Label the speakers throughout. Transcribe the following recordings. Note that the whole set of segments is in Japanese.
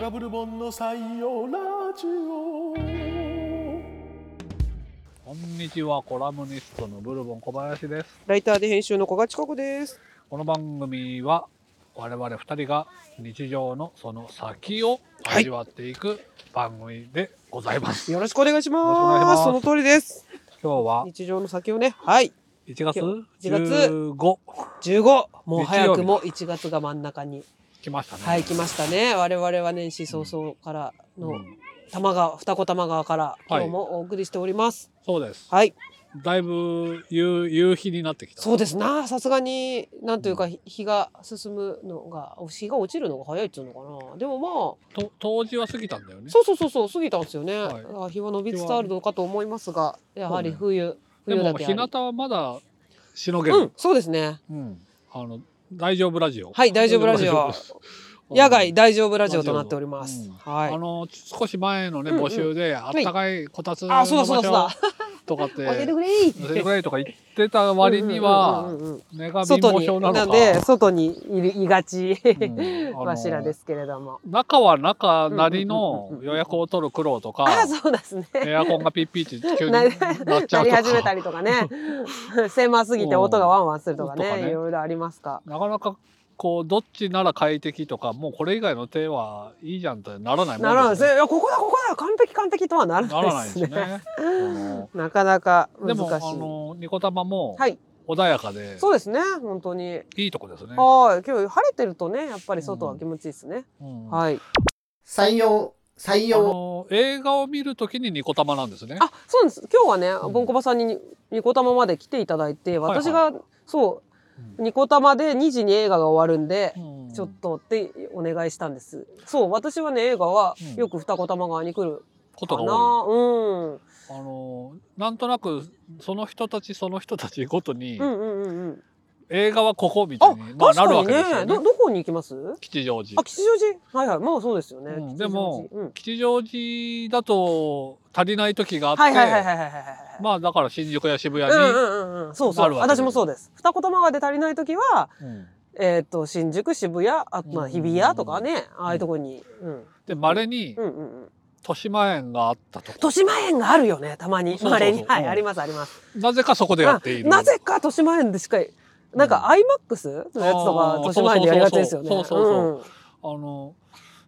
Speaker 1: ラブルボンの採用ラジオ
Speaker 2: こんにちは、コラムニストのブルボン小林です。
Speaker 3: ライターで編集の小賀千佳子です。
Speaker 2: この番組は我々二人が日常のその先を
Speaker 3: はい
Speaker 2: 味わっていく番組でございます。
Speaker 3: よろしくお願いします。
Speaker 2: よろしくお願いします
Speaker 3: その通りです。
Speaker 2: 今日は
Speaker 3: 日常の先をね、はい、
Speaker 2: 1月
Speaker 3: 1月
Speaker 2: 15
Speaker 3: 15。もう
Speaker 2: 日曜
Speaker 3: 早
Speaker 2: 日
Speaker 3: くも1月が真ん中に、
Speaker 2: 来ましたね。
Speaker 3: はい、来ましたね。我々は年始早々から
Speaker 2: う
Speaker 3: の
Speaker 2: ん
Speaker 3: 玉川、二子玉川から、今日もお送りしております。
Speaker 2: そうです。
Speaker 3: はい、
Speaker 2: だいぶ夕夕日になってきた。
Speaker 3: そうですな。さすがに、なんというか、日が進むのが、日が落ちるのが早いっていうのかな。でもまあ、
Speaker 2: と冬至は過ぎたんだよね。
Speaker 3: そうそうそうそう、過ぎたんですよね。
Speaker 2: はい
Speaker 3: だから日は伸びつつあるのかと思いますが、やはり
Speaker 2: そうね
Speaker 3: 冬、
Speaker 2: で
Speaker 3: 冬だ
Speaker 2: も
Speaker 3: けあ
Speaker 2: 日
Speaker 3: り
Speaker 2: 向はまだしのげ
Speaker 3: うん
Speaker 2: る。、
Speaker 3: そうですね。
Speaker 2: うん。あの大丈夫ラジオ。
Speaker 3: はい、大丈夫ラジ
Speaker 2: 大
Speaker 3: オ
Speaker 2: 丈。夫
Speaker 3: 野外大丈夫ラジオとなっております。
Speaker 2: うん
Speaker 3: はい
Speaker 2: あ。の少し前のね募集で、あっ
Speaker 3: い
Speaker 2: たかいこたつの場
Speaker 3: あ、そうだそうだそう
Speaker 2: 所
Speaker 3: だ。
Speaker 2: とかって
Speaker 3: 教えて
Speaker 2: 教
Speaker 3: くれ
Speaker 2: えてくれとか言ってた割には
Speaker 3: うんうんうんうん
Speaker 2: 目が貧
Speaker 3: 外
Speaker 2: 乏
Speaker 3: に
Speaker 2: 症な
Speaker 3: な
Speaker 2: のか
Speaker 3: んで外にいるいがち
Speaker 2: うん あの
Speaker 3: わしらですけれども。
Speaker 2: 中は中なりの
Speaker 3: うんうんうんうん
Speaker 2: 予約を取る苦労とか、
Speaker 3: あ、そうですね。
Speaker 2: エアコンがピッピッて急に
Speaker 3: な
Speaker 2: なっちゃ
Speaker 3: な
Speaker 2: う
Speaker 3: り
Speaker 2: と
Speaker 3: 始め
Speaker 2: か
Speaker 3: たりとか ね。狭すぎて音がワンワンするとか
Speaker 2: うんとかね
Speaker 3: ね。いろいろありますか。
Speaker 2: なかなかこうどっちなら快適とかもうこれ以外の手はいいじゃんってならない
Speaker 3: なら
Speaker 2: も
Speaker 3: なんい
Speaker 2: で
Speaker 3: ですす
Speaker 2: ね
Speaker 3: ね。いやここだここだ完璧完璧とはなら
Speaker 2: ならな
Speaker 3: ないい
Speaker 2: です
Speaker 3: ですね。
Speaker 2: ね。うん
Speaker 3: なかなか
Speaker 2: で
Speaker 3: 難し
Speaker 2: もあ
Speaker 3: い。
Speaker 2: のニコ玉も
Speaker 3: はい、
Speaker 2: 穏やかで
Speaker 3: そうですね。本当に。
Speaker 2: いいとこですね。
Speaker 3: はい、今日晴れてるとね、やっぱり外は気持ちいいですね。
Speaker 2: うん
Speaker 3: はい。
Speaker 4: 採用、採
Speaker 2: あ
Speaker 4: 用、
Speaker 2: の映画を見るときにニコ玉なんですね。
Speaker 3: あ、そうなんです。今日はね、
Speaker 2: ん
Speaker 3: ボンコバさんにニコ玉まで来ていただいて、
Speaker 2: はいはい
Speaker 3: 私が、そう、ニコ玉で2時に映画が終わるんで、
Speaker 2: うん
Speaker 3: ちょっとってお願いしたんです。そう、私はね、映画は
Speaker 2: うん
Speaker 3: よく二子玉川に来る
Speaker 2: こと
Speaker 3: か
Speaker 2: が
Speaker 3: な。
Speaker 2: 多い。
Speaker 3: うん。
Speaker 2: あのなんとなくその人たちその人たちごとに、
Speaker 3: うんうんうんうん。
Speaker 2: 映画はここみたい
Speaker 3: あ
Speaker 2: に、まあ
Speaker 3: 確
Speaker 2: なる
Speaker 3: か
Speaker 2: わ
Speaker 3: に
Speaker 2: けです
Speaker 3: ね。
Speaker 2: よね
Speaker 3: ど、。どこに行きます
Speaker 2: 吉祥寺
Speaker 3: あ、。吉祥寺はいはい。まあそうですよね。
Speaker 2: うん
Speaker 3: 吉祥寺
Speaker 2: でも
Speaker 3: うん
Speaker 2: 吉祥寺だと足りない時があって、
Speaker 3: はいはいはいはいはいはいはい。
Speaker 2: まあだから新宿や渋谷
Speaker 3: う
Speaker 2: に、
Speaker 3: んうんうんうん。そうそ
Speaker 2: な
Speaker 3: う。
Speaker 2: るわけで
Speaker 3: 私もそうです。二子玉川で足りないときは、
Speaker 2: うん
Speaker 3: えっ、と、新宿、渋谷、あとま
Speaker 2: う
Speaker 3: あ
Speaker 2: ん
Speaker 3: 日比谷とかね、ああいうとこに。うん。
Speaker 2: で稀に
Speaker 3: うんうんうん。
Speaker 2: 豊島園があったとこ、
Speaker 3: 豊島園があるよね、たまに。
Speaker 2: そうそうそう
Speaker 3: まれに。は
Speaker 2: う
Speaker 3: い、
Speaker 2: ん
Speaker 3: ありますあります。
Speaker 2: なぜかそこでやっている。
Speaker 3: あなぜか豊島園でしか、なんか
Speaker 2: あー
Speaker 3: IMAX のやつとか、豊島園でやりがちですよね。
Speaker 2: そうそうそうそう
Speaker 3: うん
Speaker 2: あの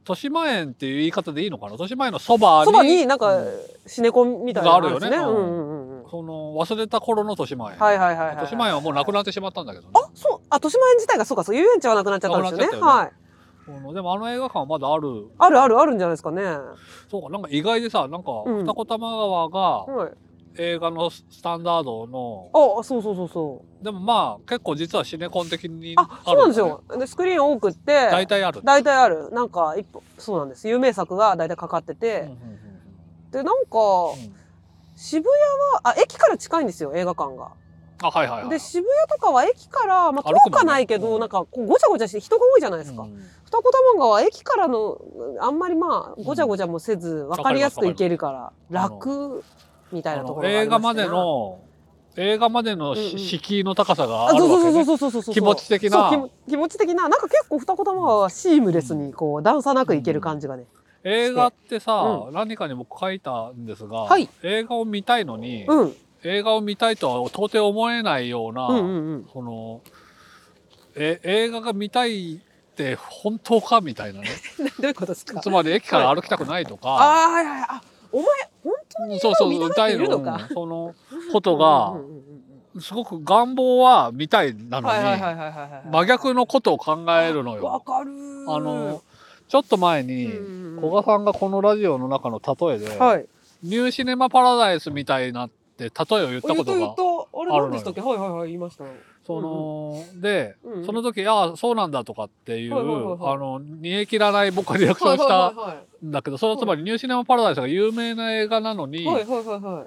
Speaker 2: 豊島園っていう言い方でいいのかな。豊島園のそばに
Speaker 3: そばになんか
Speaker 2: うん、
Speaker 3: シネコンみたいなの
Speaker 2: があるよね
Speaker 3: です
Speaker 2: う
Speaker 3: うんんうんうんうん。
Speaker 2: その忘れた頃の豊島園。
Speaker 3: はいはいはいはい。
Speaker 2: 豊島園はもうなくなってしまったんだけどね。
Speaker 3: あ、そう。あ、豊島園自体がそうか、そう、遊園地はなくなっちゃったんですよね。
Speaker 2: なくなっちゃ
Speaker 3: はい。
Speaker 2: そのでもあの映画館はまだある。
Speaker 3: あるあるあるんじゃないですかね。
Speaker 2: そうか、なんか意外でさ、なんか
Speaker 3: うん
Speaker 2: 二子玉川が
Speaker 3: はい。
Speaker 2: 映画のスタンダードの、
Speaker 3: あ、そうそうそうそう。
Speaker 2: でもまあ結構実はシネコン的に
Speaker 3: あ、そうなんですよ。で、スクリーン多くって、
Speaker 2: だ
Speaker 3: 大
Speaker 2: いたいある。
Speaker 3: 体ある。なんか、一歩、そうなんです。有名作が大体かかって
Speaker 2: うんう
Speaker 3: て
Speaker 2: ん。
Speaker 3: で、なんか、
Speaker 2: うんうん
Speaker 3: 渋谷は、あ、駅から近いんですよ、映画館が。
Speaker 2: あ、はいはいはい。
Speaker 3: で、渋谷とかは駅から、まあ、
Speaker 2: 歩くもんね
Speaker 3: 遠くはないけど、
Speaker 2: うん
Speaker 3: なんか、こうごちゃごちゃして人が多いじゃないですか。
Speaker 2: うん
Speaker 3: 二子玉川は駅からの、あんまりまあ、ごちゃごちゃもせず、わかりやすく行けるから、
Speaker 2: わかります
Speaker 3: 楽、みたいなとこ
Speaker 2: あの
Speaker 3: ろがあ
Speaker 2: 映
Speaker 3: りま
Speaker 2: 画
Speaker 3: す
Speaker 2: までの、映画までの
Speaker 3: うんうん
Speaker 2: し敷居の高さが
Speaker 3: あ
Speaker 2: ある
Speaker 3: そう
Speaker 2: わ
Speaker 3: そ
Speaker 2: け
Speaker 3: うそ
Speaker 2: ね。
Speaker 3: うそうそうそうそう
Speaker 2: 気持ち的な
Speaker 3: そう気も気持ち的ななんか結構二子玉川はシームレスにこう段差なくいける感じがね、
Speaker 2: 映画ってさ
Speaker 3: う、
Speaker 2: 何かに僕書いたんですが
Speaker 3: はい、
Speaker 2: 映画を見たいのに、
Speaker 3: うん、うん
Speaker 2: 映画を見たいとは到底思えないような、
Speaker 3: うん うん
Speaker 2: そのえ映画が見たいって本当かみたいな ね
Speaker 3: どういうことですか
Speaker 2: つまり駅から歩きたくないと
Speaker 3: あ
Speaker 2: か、
Speaker 3: あはいはいあお前本当に
Speaker 2: そうそう
Speaker 3: 見た
Speaker 2: 歌
Speaker 3: い
Speaker 2: い
Speaker 3: っている
Speaker 2: の
Speaker 3: のか
Speaker 2: そのことが
Speaker 3: うんうんうん
Speaker 2: すごく願望は見たいな
Speaker 3: うん
Speaker 2: のに、
Speaker 3: はいはいはいはいはいはい
Speaker 2: 真逆のことを考えるの
Speaker 3: わ
Speaker 2: よ。
Speaker 3: かるー
Speaker 2: あのちょっと前に、
Speaker 3: うん
Speaker 2: 古賀さんがこのラジオの中の例えで、
Speaker 3: はい
Speaker 2: ニューシネマパラダイスみたいなって例えを言った
Speaker 3: お言
Speaker 2: こ
Speaker 3: った
Speaker 2: と
Speaker 3: 言っ
Speaker 2: が
Speaker 3: たあれ何でしたっけはいはいはい言いましたよ
Speaker 2: その、で、
Speaker 3: うんうん
Speaker 2: その時、ああ、そうなんだとかっていう、
Speaker 3: はいはいはいはい
Speaker 2: あの、煮え切らない僕はリアクションした
Speaker 3: はいは
Speaker 2: んだけど、それはつまりニューシネマパラダイスが有名な映画なのに、
Speaker 3: いはいはいはいはいは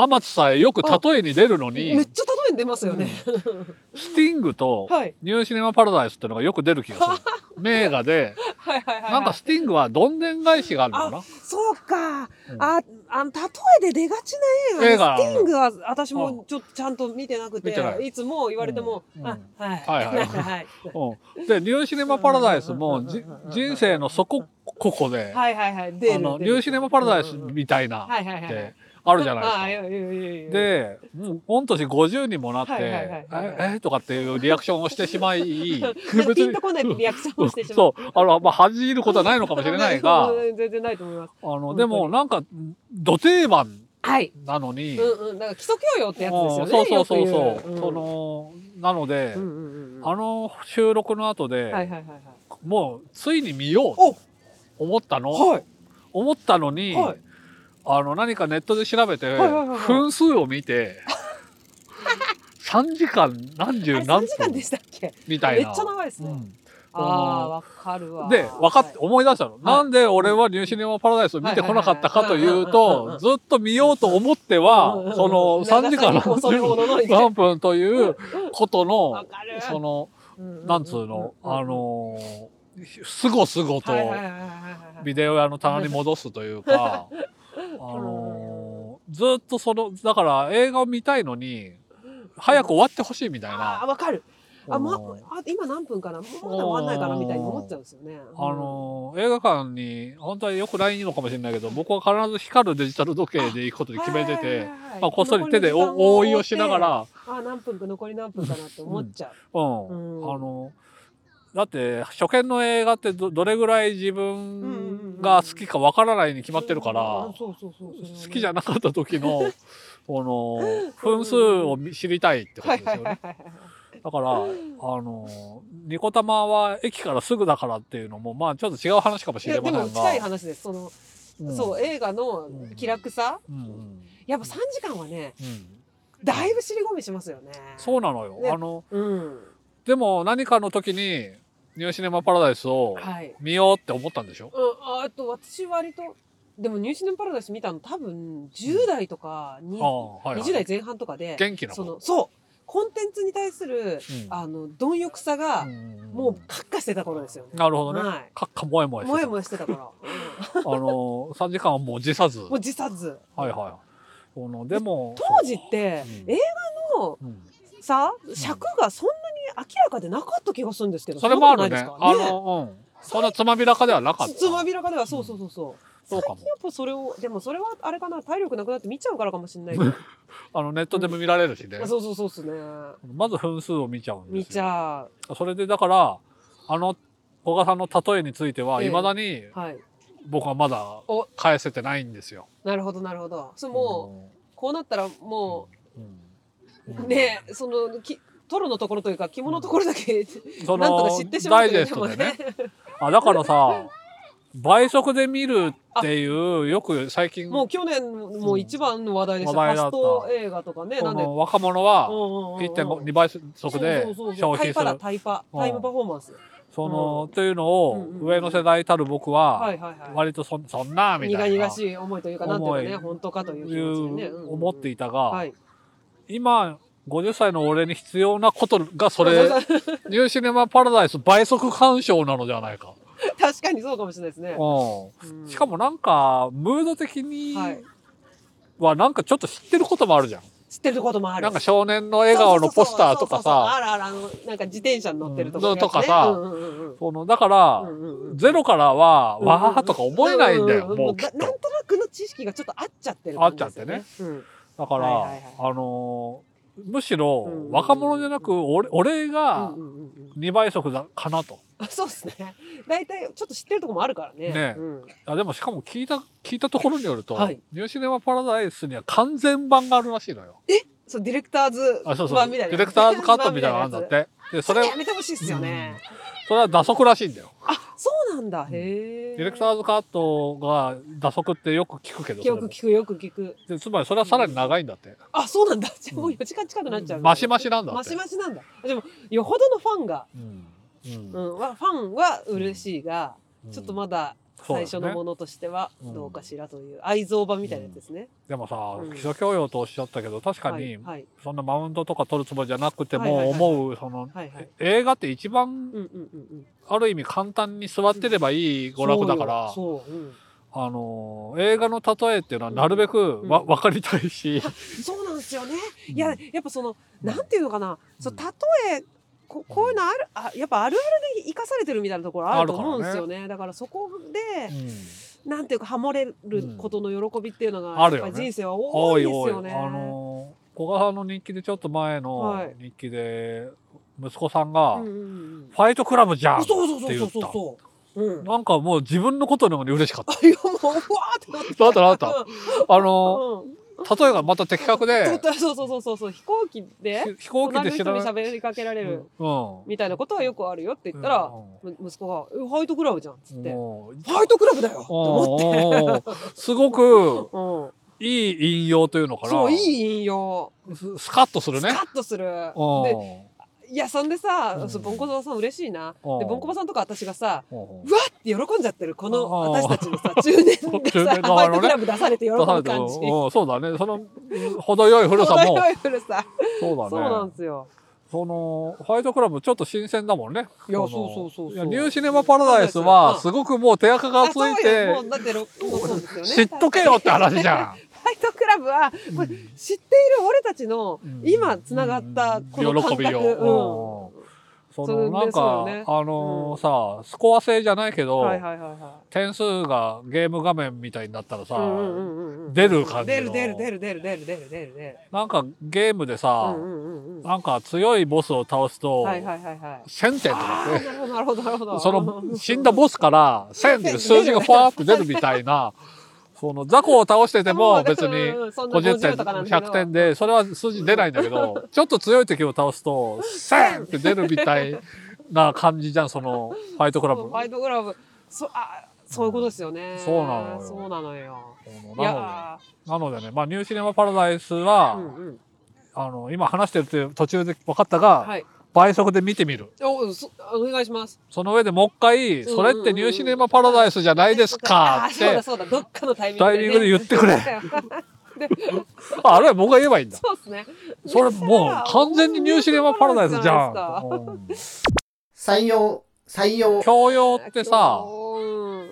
Speaker 2: 天津さえよく例えに出るの
Speaker 3: いめ
Speaker 2: に
Speaker 3: っ、ちゃ例えに出ますよね、
Speaker 2: スティングと
Speaker 3: はい
Speaker 2: ニューシネマパラダイスっていうのがよく出る気がす る。名画で、
Speaker 3: はいはいはいはい
Speaker 2: なんかスティングはどんでん返しがあるのかな
Speaker 3: そうか、
Speaker 2: うん
Speaker 3: あ、あの例えで出がちな
Speaker 2: 映
Speaker 3: 映
Speaker 2: 画
Speaker 3: 画
Speaker 2: な
Speaker 3: で
Speaker 2: の
Speaker 3: スティングは私もちょっとちゃんと見てなくて
Speaker 2: 見てない
Speaker 3: つも言われても、
Speaker 2: うん
Speaker 3: あ
Speaker 2: はい
Speaker 3: はい
Speaker 2: はい
Speaker 3: はい
Speaker 2: うんで、ニューシネマパラダイスもじ人生の底ここで、
Speaker 3: はいはいはい。出る
Speaker 2: あの、
Speaker 3: 出
Speaker 2: ニ
Speaker 3: る
Speaker 2: ューシネマパラダイス
Speaker 3: うんうんうん
Speaker 2: みたいな、
Speaker 3: はいはいはいはい
Speaker 2: で。あるじゃないですか。
Speaker 3: あいやいやいやいや
Speaker 2: で、もう御年50にもなって、
Speaker 3: はいはいはいはい
Speaker 2: ええとかっていうリアクションをしてしまい、
Speaker 3: なんか
Speaker 2: 別
Speaker 3: ピンとこないリアクションをしてしまう。
Speaker 2: そう、あの、まあ、恥じることはないのかもしれない が、
Speaker 3: うん全然ないと思います。
Speaker 2: あの、
Speaker 3: に
Speaker 2: でも、なんか、土定番
Speaker 3: はい。
Speaker 2: なのに、
Speaker 3: うんうん。なんか基礎教養ってやつですよね。
Speaker 2: うんそうそうそう
Speaker 3: よく
Speaker 2: そう、
Speaker 3: 言う
Speaker 2: そ、の、なので、
Speaker 3: うんうんうんうん。
Speaker 2: あの収録の後で、
Speaker 3: はいはいはいはい。
Speaker 2: もう、ついに見よう
Speaker 3: お
Speaker 2: と思ったの、
Speaker 3: はい。
Speaker 2: 思ったのに、
Speaker 3: はい
Speaker 2: あの、何かネットで調べて、
Speaker 3: はいはいはい
Speaker 2: 分数を見て、3時間何
Speaker 3: あ
Speaker 2: 十
Speaker 3: れ
Speaker 2: 何
Speaker 3: 3
Speaker 2: 分
Speaker 3: 時間でしたっけ
Speaker 2: みたい
Speaker 3: めっち
Speaker 2: な。
Speaker 3: ゃ長いですね。
Speaker 2: うん
Speaker 3: ああ、わかるわ。
Speaker 2: で、分かって、思い出したの。なんで俺はニューシネマパラダイスを見てこなかったかというと、ずっと見ようと思って
Speaker 3: うんうんう
Speaker 2: は、
Speaker 3: ん
Speaker 2: その3時間
Speaker 3: 長さにこうそれほどの
Speaker 2: 何何分ということ
Speaker 3: わ
Speaker 2: の
Speaker 3: かる、
Speaker 2: その、
Speaker 3: うん
Speaker 2: なんつうの、あ、のー、すごすごと
Speaker 3: はいはいはいはいはいはい
Speaker 2: ビデオ屋の棚に戻すというか、あ のー、ずっとその、だから映画を見たいのに、早く終わってほしいみたい
Speaker 3: あ
Speaker 2: な。
Speaker 3: あ、わかる。あ、ま、
Speaker 2: その
Speaker 3: あ今何分かなまだ終わんないかなみたいに思っちゃうんですよね。
Speaker 2: あの映画館に本当はよくないのかもしれないけど僕は必ず光るデジタル時計で行くことに決めて
Speaker 3: はいはい
Speaker 2: て
Speaker 3: は、いはい
Speaker 2: まあ、こっそり手でお覆いをしなが。ら、
Speaker 3: あー何分か残り何分かなって思っちゃう。
Speaker 2: うん
Speaker 3: うん
Speaker 2: あのだって初見の映画ってどどれぐらい自分が好きかわからないに決まってるから、
Speaker 3: うんそうそうそう
Speaker 2: 好きじゃ
Speaker 3: な
Speaker 2: なかった時 のこの分数を見知りたいってことですよね。だから、あの、ニコタマは駅からすぐだからっていうのも、まあちょっと違う話かもし
Speaker 3: いや
Speaker 2: れま
Speaker 3: で
Speaker 2: せんが。
Speaker 3: も近い話です。その、
Speaker 2: うん
Speaker 3: そう映画の気楽さ、
Speaker 2: うんうん
Speaker 3: やっぱ三時間はね、
Speaker 2: うん
Speaker 3: だいぶ尻込みしますよね。
Speaker 2: そうなのよ。
Speaker 3: ね
Speaker 2: あの、
Speaker 3: う。うん。
Speaker 2: でも何かの時に、ニューシネマパラダイスを
Speaker 3: はい。
Speaker 2: 見ようって思ったんでしょ、
Speaker 3: うん、ああと私割とでも「ニューシネムパラダイス」見たの多分10代とかに、
Speaker 2: ああ、はい、はい。
Speaker 3: 20代前半とかで
Speaker 2: 元気な
Speaker 3: そ
Speaker 2: 子。
Speaker 3: のそうコンテンツに対する、
Speaker 2: うん
Speaker 3: あの貪欲さが、
Speaker 2: うん
Speaker 3: もうカッカしてた頃ですよね。
Speaker 2: なるほどね。
Speaker 3: はい
Speaker 2: かっかもえもえして
Speaker 3: も
Speaker 2: た
Speaker 3: やもやしてたから、
Speaker 2: あの、3時間はもう辞さず。
Speaker 3: うんもう
Speaker 2: はい
Speaker 3: 自殺
Speaker 2: はい。その、でも、
Speaker 3: 当時って、
Speaker 2: うん
Speaker 3: 映画の
Speaker 2: うん
Speaker 3: さ尺がそんなに明らかでなかった気がするんですけど
Speaker 2: それもある
Speaker 3: んな
Speaker 2: ね。
Speaker 3: ことな
Speaker 2: あ
Speaker 3: いですかね
Speaker 2: の、うん。そんなつまびらかではなかった。
Speaker 3: つつまびらかではそうそうそうそう、
Speaker 2: そうかも。
Speaker 3: やっぱそれをでもそれはあれかな体力なくなって見ちゃうからかもしれないけど
Speaker 2: あの、ネットでも見られるしね。
Speaker 3: そうそうそうっすね
Speaker 2: まず分数を見ちゃうんですよ。
Speaker 3: 見ちゃう
Speaker 2: それでだから、あの、小賀さんの例えについては、
Speaker 3: ええ
Speaker 2: 未だに
Speaker 3: はい
Speaker 2: 僕はまだ
Speaker 3: お
Speaker 2: 返せてないんですよ。
Speaker 3: なるほどなるほどそうもうこうなったらも
Speaker 2: うん、
Speaker 3: う、
Speaker 2: うん
Speaker 3: ねそのきトロのところというか肝のところだけ、
Speaker 2: そ
Speaker 3: なんとか
Speaker 2: の
Speaker 3: 知ってしま
Speaker 2: ダ
Speaker 3: う
Speaker 2: イ
Speaker 3: と
Speaker 2: ジ
Speaker 3: い
Speaker 2: ェ
Speaker 3: う
Speaker 2: スト
Speaker 3: も
Speaker 2: でね。あ、だから さ、倍速で見るっていう、よく最近、
Speaker 3: もう去年もう一番の話題でした、
Speaker 2: 話
Speaker 3: フ
Speaker 2: 題
Speaker 3: ァ
Speaker 2: だっ
Speaker 3: ス
Speaker 2: た
Speaker 3: ト映画とかね
Speaker 2: こ
Speaker 3: なんで
Speaker 2: の若者は
Speaker 3: 1.5
Speaker 2: 1.2倍速で消
Speaker 3: タイ
Speaker 2: 費す
Speaker 3: パだ
Speaker 2: る。
Speaker 3: タイパ
Speaker 2: うん
Speaker 3: タイムパフォーマンス
Speaker 2: その
Speaker 3: う、ん
Speaker 2: というの
Speaker 3: うん
Speaker 2: を
Speaker 3: うん、うん
Speaker 2: 上の世代たる僕
Speaker 3: は、
Speaker 2: はい
Speaker 3: はいはい
Speaker 2: 割とそそんな、みた
Speaker 3: 苦
Speaker 2: い
Speaker 3: 々
Speaker 2: な、
Speaker 3: しい思いというかなんていうか
Speaker 2: 思
Speaker 3: ね
Speaker 2: い
Speaker 3: 本当かという気
Speaker 2: い
Speaker 3: 持ちでね、うんうん
Speaker 2: う思っていた
Speaker 3: は
Speaker 2: が、
Speaker 3: い
Speaker 2: 今50歳の俺に必要なことがそれ ニューシネマパラダイス倍速鑑賞なのではないか、
Speaker 3: 確かにそうかもしれないですね、
Speaker 2: う
Speaker 3: うん
Speaker 2: ん、しかもなんかムード的に
Speaker 3: はい
Speaker 2: はなんかちょっと知ってることもあるじゃん、
Speaker 3: 知ってることもある
Speaker 2: なんか少年の笑顔のポスターとか
Speaker 3: そうそうそうそうあ
Speaker 2: さ
Speaker 3: るあるあのなんか自転車に乗ってるとか、
Speaker 2: うんとかさ
Speaker 3: うんうんうん
Speaker 2: そのだから、
Speaker 3: うんうんうん
Speaker 2: ゼロからは、
Speaker 3: うん
Speaker 2: わーとか思えないんだよ、
Speaker 3: うう
Speaker 2: もうきっ
Speaker 3: ななん
Speaker 2: と
Speaker 3: となくの知識がちょっと合っちゃってる感じですよ、
Speaker 2: 合っち
Speaker 3: うん
Speaker 2: だから、
Speaker 3: はいはいはい
Speaker 2: あのーむし
Speaker 3: うんうんう
Speaker 2: ろ
Speaker 3: ん
Speaker 2: 若者じゃなく俺俺が
Speaker 3: うんうんうんうん
Speaker 2: 2倍速だかなと、
Speaker 3: あそうですね大体ちょっと知ってるとこもあるからね
Speaker 2: ね
Speaker 3: うん
Speaker 2: あでもしかも聞いた聞いたところによると、
Speaker 3: はい
Speaker 2: ニューシネマパラダイスには完全版があるらしいのよ。
Speaker 3: そうディレクターズ
Speaker 2: あそうそう
Speaker 3: 版みた
Speaker 2: デ
Speaker 3: いな
Speaker 2: ィレクターズカットみたいなのあるんだっ
Speaker 3: 版みたいなや
Speaker 2: て。で
Speaker 3: つ
Speaker 2: そ
Speaker 3: そ
Speaker 2: れ
Speaker 3: れやめてほしいっすよね、
Speaker 2: それは打足らしいんだよ。
Speaker 3: あそうなんだへえ
Speaker 2: ディレクターズカットが打足ってよく聞くけどそ
Speaker 3: よ
Speaker 2: れ
Speaker 3: く
Speaker 2: も
Speaker 3: 聞くよく聞く
Speaker 2: でつまりそれはさらに長いんだって。
Speaker 3: あそうなんだじゃあもう4時間近くなっちゃう
Speaker 2: マシマシなんだ
Speaker 3: マ
Speaker 2: って。
Speaker 3: シマシなんだでもよほどのファンが、
Speaker 2: うん
Speaker 3: う
Speaker 2: うん
Speaker 3: ん、はファンは嬉しいが、ちょっとまだ
Speaker 2: そうだね
Speaker 3: 最初のものとしては
Speaker 2: うん
Speaker 3: どうかしらという愛蔵版みたいなやつですね、
Speaker 2: でもさ、
Speaker 3: うん
Speaker 2: 基礎教養とおっしゃったけど確か
Speaker 3: はい
Speaker 2: に
Speaker 3: はい
Speaker 2: そんなマウントとか取るつもりじゃなくて
Speaker 3: はいはい
Speaker 2: も
Speaker 3: はい
Speaker 2: 思うその
Speaker 3: はいはい
Speaker 2: 映画って一番
Speaker 3: うんうんうんうん
Speaker 2: ある意味簡単に座ってればいい娯楽だから。
Speaker 3: そうよそう、うん
Speaker 2: あのー映画の例えっていうのはなるべくわ、
Speaker 3: うん
Speaker 2: 分かりたいし、
Speaker 3: そうなんですよね。
Speaker 2: うん
Speaker 3: いや、やっぱその、なんていうのかな、そう、例えここういうのあるあやっぱあるあるで生かされてるみたいなところあると思うんですよねだからそこでなんていうかハモれることの喜びっていうのが
Speaker 2: あ
Speaker 3: や
Speaker 2: る
Speaker 3: っ
Speaker 2: よ
Speaker 3: ぱ
Speaker 2: ね
Speaker 3: 人生は多
Speaker 2: お
Speaker 3: い
Speaker 2: い
Speaker 3: です
Speaker 2: おい、
Speaker 3: よね。
Speaker 2: あのー、古賀さんの日記でちょっと前
Speaker 3: は
Speaker 2: の
Speaker 3: い
Speaker 2: 日記で、息子さんが、
Speaker 3: うんう
Speaker 2: フ
Speaker 3: んうん
Speaker 2: ァイトクラブじゃんって
Speaker 3: そうそう
Speaker 2: 言
Speaker 3: そ
Speaker 2: っ
Speaker 3: うそう
Speaker 2: た。
Speaker 3: そう。うん。
Speaker 2: なんかもう自分のことのように嬉しかった。
Speaker 3: いやもううわーってなった。
Speaker 2: なったなった。あの
Speaker 3: うんうん
Speaker 2: ー、例えがまた的確で、
Speaker 3: そうそうそうそうそう飛行機で
Speaker 2: ひ飛行機
Speaker 3: 隣
Speaker 2: で
Speaker 3: の
Speaker 2: 知ら
Speaker 3: 人
Speaker 2: な
Speaker 3: に
Speaker 2: い。
Speaker 3: 喋りかけられる
Speaker 2: うん。
Speaker 3: みたいなことはよくあるよって言ったら、
Speaker 2: う
Speaker 3: む息子がえ「ファイトクラブじゃん」っつっ
Speaker 2: ん
Speaker 3: て
Speaker 2: もう
Speaker 3: 「ファイトクラブだよ!」って思って。
Speaker 2: おーおーおーすごく
Speaker 3: うん、
Speaker 2: いい引用というのかな。
Speaker 3: そういい引用
Speaker 2: ススカッとする
Speaker 3: ス
Speaker 2: ね。
Speaker 3: カッとする
Speaker 2: うん
Speaker 3: でいやそんでさ、
Speaker 2: うん
Speaker 3: そうボンコバさん嬉しいなで
Speaker 2: うん
Speaker 3: ボンコバさんとか私がさ
Speaker 2: うん
Speaker 3: うわって喜んじゃってるこの
Speaker 2: うん
Speaker 3: 私たちのさ中年
Speaker 2: 中
Speaker 3: が
Speaker 2: 年
Speaker 3: さ、ファ
Speaker 2: 側の
Speaker 3: イ
Speaker 2: ね
Speaker 3: トクラブ出されて喜ぶ感じ
Speaker 2: うんそうだね。その、程よい古さ
Speaker 3: 程
Speaker 2: も
Speaker 3: よ。い古さ
Speaker 2: そう
Speaker 3: そう
Speaker 2: だ
Speaker 3: な
Speaker 2: ね
Speaker 3: ん。ですよ
Speaker 2: その、ファイトクラブちょっと新鮮だもんね。
Speaker 3: いや
Speaker 2: の
Speaker 3: そうそうそうそう
Speaker 2: いやニューシネマパラダイスは、すごくもう手垢がつい
Speaker 3: あそうよも
Speaker 2: て、
Speaker 3: うだってろそうですよね
Speaker 2: 知っとけよって話じゃん。
Speaker 3: ファイトクラブはこ
Speaker 2: う
Speaker 3: れ知ってい
Speaker 2: ん
Speaker 3: る俺たちの
Speaker 2: うん
Speaker 3: 今つながったこの感
Speaker 2: 喜
Speaker 3: 覚、
Speaker 2: びを。うん そのなんか、
Speaker 3: それでそうよね
Speaker 2: あの
Speaker 3: うん
Speaker 2: さ、スコア制じゃないけど、
Speaker 3: うん、はいはいはいはい
Speaker 2: 点数がゲーム画面みたいになったらさ、
Speaker 3: うんうんうんうん
Speaker 2: 出る感じ
Speaker 3: 出
Speaker 2: の
Speaker 3: る出る出る出る出る出る出る出る
Speaker 2: なんかゲームでさ、
Speaker 3: うんうんうんうんは
Speaker 2: なんか強いボスを倒すと、
Speaker 3: いはいはい はい
Speaker 2: 1000点とか
Speaker 3: あ
Speaker 2: って
Speaker 3: ーなるほどなるほどなるほど
Speaker 2: その死んだボスから1000っていう数字がファーって出るみたいな、その雑魚を倒してても別に50点、100点で、それは数字出ないんだけど、ちょっと強い敵を倒すと1000って出るみたいな感じじゃん、そのファイトク
Speaker 3: ク
Speaker 2: ラブ。
Speaker 3: ファイトクラブそあそういうことですよね
Speaker 2: そうなのよ
Speaker 3: そうなのよい
Speaker 2: な
Speaker 3: や
Speaker 2: のでなのでね、まあニューシネマパラダイス
Speaker 3: ー
Speaker 2: は、
Speaker 3: うんうん
Speaker 2: あの、今話してるって途中で分かったが、
Speaker 3: はい
Speaker 2: 倍速で見てみる。
Speaker 3: おそお願いします
Speaker 2: その上でもう一回、それってニューシネマパラダイスじゃないですか
Speaker 3: あー
Speaker 2: っ
Speaker 3: そうだ
Speaker 2: て、
Speaker 3: そうだどっかのタイミング
Speaker 2: タイミングで言ってくれ。
Speaker 3: で
Speaker 2: ああれは僕が言えばいいんだ。
Speaker 3: そうですね
Speaker 2: それもう完全にニューシネマパラダイスじゃん。うん
Speaker 4: 採用、採用、
Speaker 2: 教養ってさ、
Speaker 3: うん